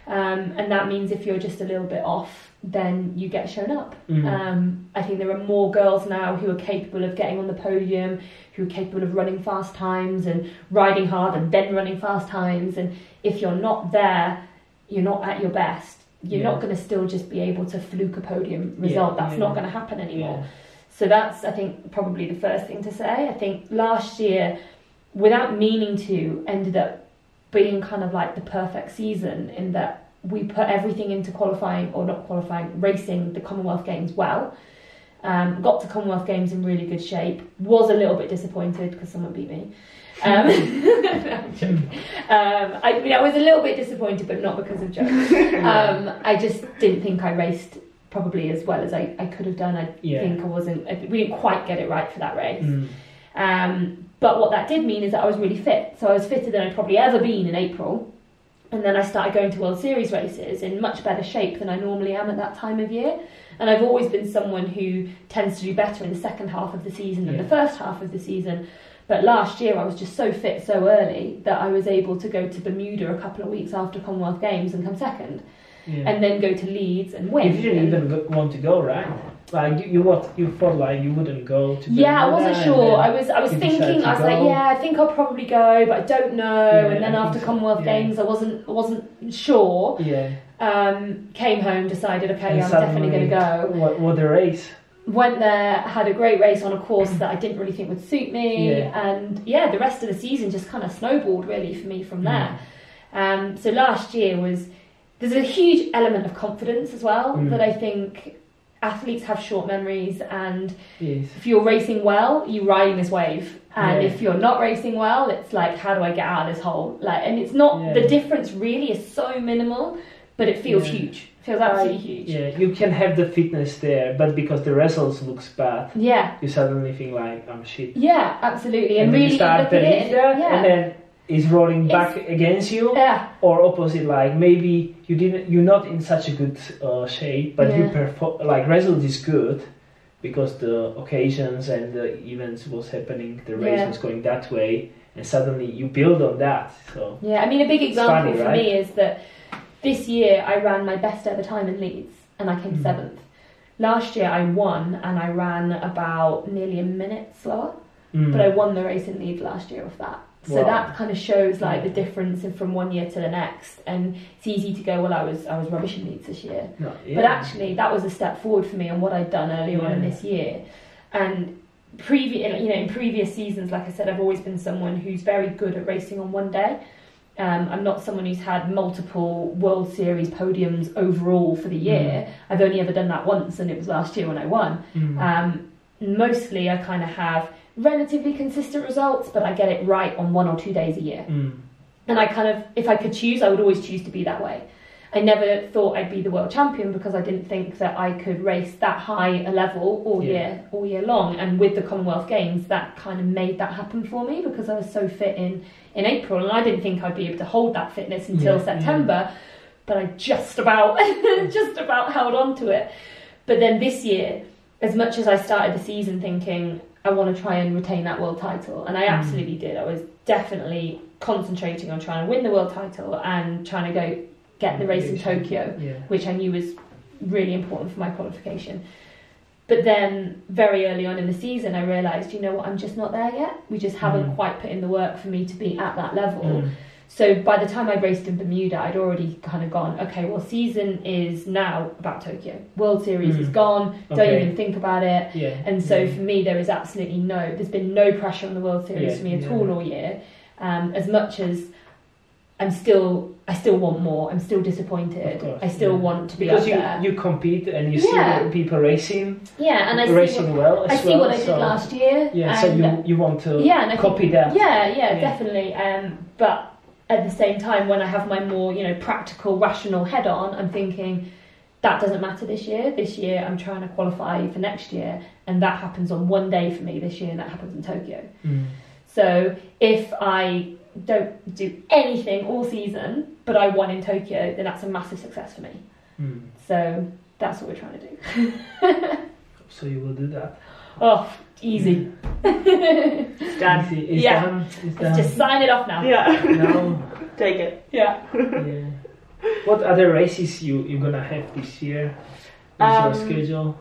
S2: um, and that means if you're just a little bit off, then you get shown up.
S1: Mm.
S2: Um, I think there are more girls now who are capable of getting on the podium, who are capable of running fast times and riding hard and then running fast times. And if you're not there, you're not at your best. You're
S1: Yeah.
S2: not going to still just be able to fluke a podium
S1: Yeah,
S2: result. That's
S1: yeah.
S2: not going to happen anymore.
S1: yeah.
S2: So that's, I think, probably the first thing to say. I think last year, without meaning to, ended up being kind of like the perfect season in that we put everything into qualifying or not qualifying, racing the Commonwealth Games well. Um, got to Commonwealth Games in really good shape. Was a little bit disappointed because someone beat me. Um, I'm joking. Um, I mean, I was a little bit disappointed, but not because of Joe.
S1: Mm.
S2: Um, I just didn't think I raced probably as well as I, I could have done. I
S1: Yeah.
S2: think I wasn't. I, we didn't quite get it right for that race.
S1: Mm.
S2: Um, but what that did mean is that I was really fit. So I was fitter than I'd probably ever been in April. And then I started going to World Series races in much better shape than I normally am at that time of year. And I've always been someone who tends to do better in the second half of the season than
S1: Yeah.
S2: the first half of the season. But last year I was just so fit so early that I was able to go to Bermuda a couple of weeks after Commonwealth Games and come second,
S1: Yeah.
S2: and then go to Leeds and win.
S1: you didn't
S2: And-
S1: even go, want to go, right? Like you, you what you thought like you wouldn't go to.
S2: Yeah, I
S1: Bermuda
S2: wasn't
S1: and
S2: sure. I
S1: then-
S2: was I was
S1: you decided
S2: thinking
S1: to
S2: I was like,
S1: go.
S2: yeah, I think I'll probably go, but I don't know.
S1: Yeah,
S2: and then
S1: I
S2: after
S1: think so.
S2: Commonwealth
S1: Yeah.
S2: Games, I wasn't I wasn't sure.
S1: yeah.
S2: Um, came home, decided, okay,
S1: And
S2: I'm definitely going
S1: suddenly-
S2: to go.
S1: What what a race?
S2: Went there, had a great race on a course that I didn't really think would suit me,
S1: Yeah.
S2: and yeah, the rest of
S1: Hmm.
S2: the season just kind of snowballed really for me from
S1: Mm.
S2: there. Um, so last year was there's a huge element of confidence as well
S1: Mm.
S2: that I think athletes have short memories and
S1: Yes.
S2: if you're racing well, you're riding this wave. And
S1: Yeah.
S2: if you're not racing well, it's like, how do I get out of this hole? Like, and it's not
S1: Yeah.
S2: the difference really is so minimal, but it feels
S1: Yeah.
S2: huge. feels absolutely huge. Yeah.
S1: Yeah, you can have the fitness there, but because the results looks bad,
S2: yeah,
S1: you suddenly think like, I'm shit.
S2: absolutely. And,
S1: then
S2: really
S1: you
S2: look at
S1: start
S2: it.
S1: believe
S2: and-
S1: that,
S2: yeah,
S1: and then it's rolling back against you,
S2: yeah,
S1: or opposite. Like maybe you didn't, you're not in such a good uh, shape, but you
S2: Yeah.
S1: perform. Like result is good because the occasions and the events was happening, the race
S2: Yeah.
S1: was going that way, and suddenly you build on that. So
S2: yeah. I mean, a big example
S1: funny,
S2: for
S1: right?
S2: me is that this year I ran my best ever time in Leeds, and I came
S1: Mm.
S2: seventh. Last year I won, and I ran about nearly a minute slower.
S1: mm,
S2: but I won the race in Leeds last year off that. So
S1: Wow. Hmm.
S2: that kind of shows like the
S1: Yeah.
S2: difference in- from one year to the next, and it's easy to go, well, I was I was rubbish in Leeds this year,
S1: no, yeah.
S2: but actually that was a step forward for me and what I'd done earlier on in
S1: Yeah.
S2: this year, and previous you know in previous seasons, like I said, I've always been someone who's very good at racing on one day. Um, I'm not someone who's had multiple World Series podiums overall for the year.
S1: Hmm.
S2: I've only ever done that once, and it was last year when I won.
S1: Mm.
S2: Um, mostly, I kind of have relatively consistent results, but I get it right on one or two days a year.
S1: Mm.
S2: And I kind of, if I could choose, I would always choose to be that way. I never thought I'd be the world champion because I didn't think that I could race that high a level all
S1: Yeah.
S2: year, all year long. And with the Commonwealth Games, that kind of made that happen for me because I was so fit in in April, and I didn't think I'd be able to hold that fitness until
S1: Yeah, yeah.
S2: September. But I just about, just about held on to it. But then this year, as much as I started the season thinking I want to try and retain that world title, and I
S1: Mm.
S2: absolutely did. I was definitely concentrating on trying to win the world title and trying to go get the race in Tokyo,
S1: Yeah.
S2: which I knew was really important for my qualification. But then, very early on in the season, I realised, you know what, I'm just not there yet. We just haven't
S1: Mm.
S2: quite put in the work for me to be at that level.
S1: Mm.
S2: So by the time I raced in Bermuda, I'd already kind of gone, okay, well, season is now about Tokyo. World Series is
S1: Mm.
S2: gone. Don't
S1: Okay.
S2: even think about it.
S1: Yeah. Mm.
S2: And so
S1: yeah.
S2: for me, there is absolutely no, there's been no pressure on the World Series
S1: Yeah,
S2: for me at
S1: yeah.
S2: all all year. Um, as much as I'm still, I still want more. I'm still disappointed.
S1: Of course,
S2: I still
S1: yeah.
S2: want to be
S1: because
S2: up
S1: you,
S2: there.
S1: you compete and you
S2: Yeah.
S1: see the people racing,
S2: yeah, and I see
S1: racing
S2: what,
S1: well as
S2: I see
S1: well.
S2: what I did
S1: so,
S2: last year.
S1: yeah,
S2: and
S1: so you you want to
S2: yeah, and I
S1: copy
S2: think,
S1: that.
S2: Yeah, yeah,
S1: Yeah.
S2: definitely. Um, but at the same time, when I have my more you know practical, rational head on, I'm thinking that doesn't matter this year. This year, I'm trying to qualify for next year, and that happens on one day for me this year, and that happens in Tokyo.
S1: Mm.
S2: So if I don't do anything all season, but I won in Tokyo, then that's a massive success for me.
S1: Mm.
S2: So that's what we're trying to do.
S1: So you will do that.
S2: Oh, easy.
S1: Mm,
S3: It's done.
S1: Easy. It's
S2: Yeah.
S1: done. It's done.
S2: Let's just sign it off now.
S3: Yeah.
S1: now,
S3: Take it.
S2: Yeah.
S1: yeah. What other races you you gonna have this year? What's
S3: Um,
S1: your schedule?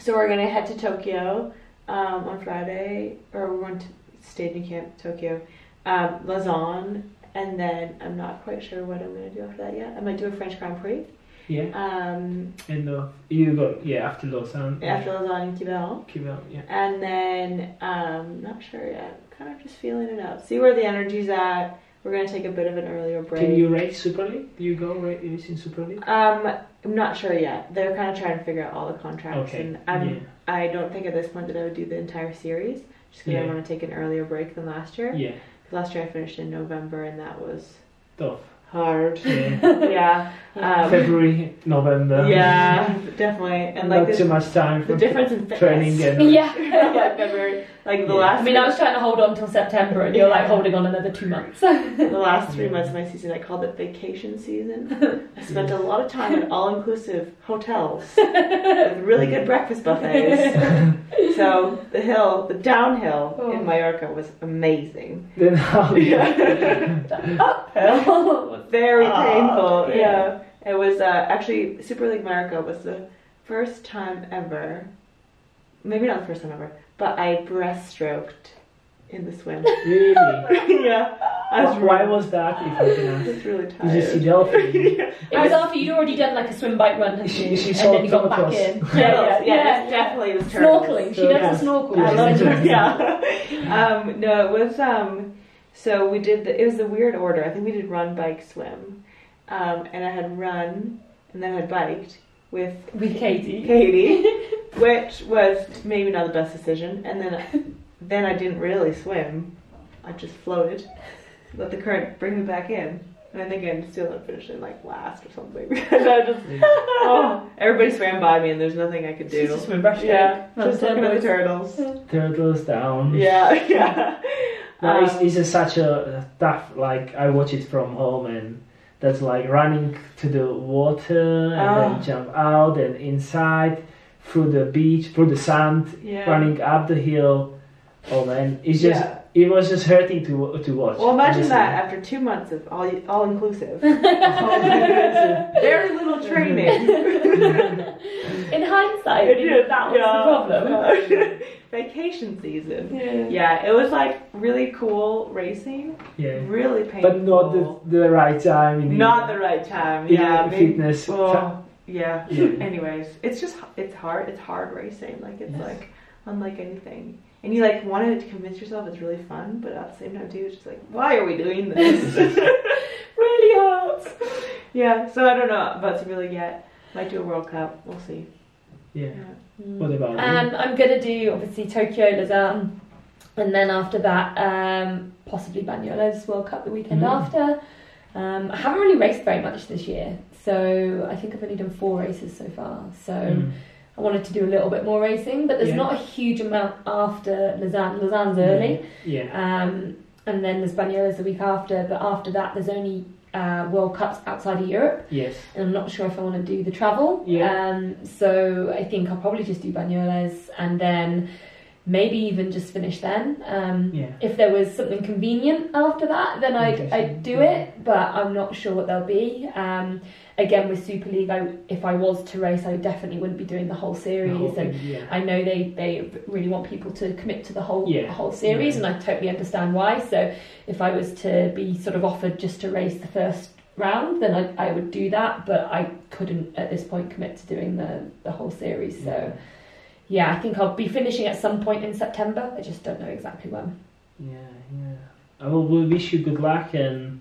S3: So we're gonna head to Tokyo um, on Friday, or we went to staging camp Tokyo, um, Lausanne, and then I'm not quite sure what I'm gonna do after that yet. I might do a French Grand Prix.
S1: Yeah,
S3: Um,
S1: and uh, you go yeah after Lausanne.
S3: after Lausanne and Quebec.
S1: Quebec, yeah.
S3: And then, um, not sure yet. Kind of just feeling it out. See where the energy's at. We're gonna take a bit of an earlier break.
S1: Can you race Super League? Do you go ra- race in Super League?
S3: Um, I'm not sure yet. They're kind of trying to figure out all the contracts,
S1: Okay.
S3: and I'm,
S1: yeah.
S3: I don't think at this point that I would do the entire series, just because I
S1: Yeah.
S3: want to take an earlier break than last year.
S1: Yeah.
S3: Because last year I finished in November, and that was
S1: Tough.
S3: hard.
S1: Yeah.
S3: yeah, um,
S1: February, November.
S3: yeah, definitely. And like
S1: Not too
S3: the,
S1: much time
S3: the
S1: for
S3: difference in fitness.
S1: training and
S2: yeah.
S3: like February, like the
S1: Yeah.
S3: last.
S2: I mean, I was trying to hold on till September, and you're like holding on another two months. yeah,
S3: the last three
S1: Yeah.
S3: months of my season, I called it vacation season. I spent a lot of time at all-inclusive hotels with really good breakfast buffets. So the hill, the downhill
S2: Oh.
S3: in Mallorca was amazing.
S1: then how
S3: Very
S2: Ah,
S3: painful.
S2: yeah.
S3: Yeah. It was uh, actually Super League Mallorca was the first time ever, maybe not the first time ever, but I breaststroked in the swim.
S1: really?
S3: yeah. I was
S1: Why- Why was that? If I can
S3: I
S1: ask,
S3: was really
S1: did you see
S3: tired.
S1: Delphi?
S2: It was after you'd already done like a swim bike run, hadn't
S1: She-
S2: you?
S1: she
S2: and
S1: saw
S2: then you got back
S1: turtles.
S2: in.
S3: Turtles, yeah, yeah, definitely it was turtles.
S2: Snorkeling. She
S1: Turtles.
S2: loves to snorkel.
S3: I
S1: Yeah.
S3: love it. Yeah. Um, no, it was um. So we did. The, it was the weird order. I think we did run, bike, swim, um, and I had run and then had biked with
S2: with Katie.
S3: Katie, which was maybe not the best decision. And then, then I didn't really swim. I just floated, let the current bring me back in. And I think I still didn't finish in like last or something because I just oh everybody swam by me and there's nothing I could
S2: She
S3: do.
S2: just went back to Katie.
S3: Yeah,
S2: That's
S3: just looking at the
S2: nice.
S3: turtles.
S1: Turtles down.
S3: Yeah, yeah.
S1: No,
S3: Um,
S1: it's, it's a, such a tough. Like I watch it from home, and that's like running to the water and
S3: Ah.
S1: then jump out and inside through the beach, through the sand,
S3: yeah.
S1: running up the hill. Oh man, it's just
S3: Yeah.
S1: it was just hurting to wa- to watch.
S3: Well, imagine
S1: honestly.
S3: that after two months of all all inclusive,
S1: Oh,
S3: very little training.
S2: In hindsight, we knew that was
S3: Yeah.
S2: the
S3: Vacation season.
S2: problem.
S3: Yeah, it was like really cool racing,
S1: yeah,
S3: really painful.
S1: but not the, the right time. in the-
S3: not the right time.
S1: in the
S3: Yeah, maybe-
S1: fitness.
S3: well, yeah.
S1: Yeah.
S3: Anyways, it's just it's hard. It's hard racing. Like it's
S1: Yes.
S3: like unlike anything. And you like wanted to convince yourself it's really fun, but at the same time too, it's just like why are we doing this? really hurts. Yeah. So I don't know about Sevilla yet. Might do a World Cup. We'll see.
S1: yeah.
S3: Yeah.
S1: What about you?
S2: Um, I'm gonna do obviously Tokyo Lausanne, and then after that, um, possibly Banyola's World Cup the weekend
S1: Mm.
S2: after. Um, I haven't really raced very much this year, so I think I've only done four races so far. So
S1: Mm.
S2: I wanted to do a little bit more racing, but there's
S1: Yeah.
S2: not a huge amount after Lausanne. Lausanne's early,
S1: Yeah.
S2: um, and then there's Banyola's the week after. But after that, there's only uh, World Cups outside of Europe
S1: Yes.
S2: and I'm not sure if I want to do the travel.
S1: Yeah.
S2: Um, so I think I'll probably just do Banyoles and then maybe even just finish then. Um,
S1: Yeah.
S2: If there was something convenient after that, then I'd,
S1: Interesting.
S2: I'd do it, but I'm not sure what they'll be. Um, again, with Super League, I, if I was to race, I definitely wouldn't be doing the whole series.
S1: The whole
S2: and
S1: thing, yeah.
S2: I know they, they really want people to commit to the whole
S1: Yeah.
S2: whole series,
S1: Yeah.
S2: and I totally understand why. So if I was to be sort of offered just to race the first round, then I, I would do that, but I couldn't at this point commit to doing the, the whole series. So yeah, I think I'll be finishing at some point in September. I just don't know exactly when.
S1: Yeah, yeah. I will, will wish you good luck, and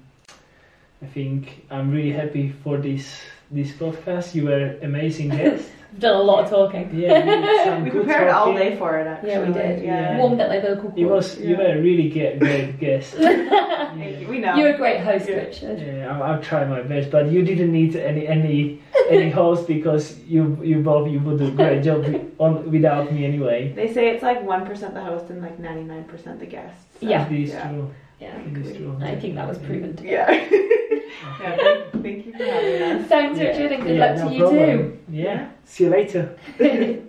S1: I think I'm really happy for this this podcast. You were amazing guest.
S2: I've done a lot of talking.
S1: yeah, we did some
S3: We
S1: good
S3: prepared all
S1: talking.
S3: day for it. Actually.
S2: Yeah, we did.
S1: Yeah.
S2: Warmed up my vocal
S1: You
S2: cords.
S1: was you were a really ge- great guest.
S3: Thank you.
S1: yeah.
S3: We know.
S2: You're a great host,
S3: Yeah.
S2: Richard.
S1: Yeah, I'll, I'll try my best, but you didn't need any any any host because you you both you would do a great job wi- on without me anyway.
S3: They say it's like one percent the host and like ninety nine percent the guests. So,
S2: Yeah.
S1: it is
S3: Yeah.
S1: true.
S2: Yeah.
S1: It is true.
S2: I think that was proven to be.
S3: Yeah. yeah thank, thank you for having us.
S2: Thanks, Richard, and good
S1: Yeah,
S2: luck to
S1: no
S2: you
S1: problem. Yeah. See you later.
S2: too.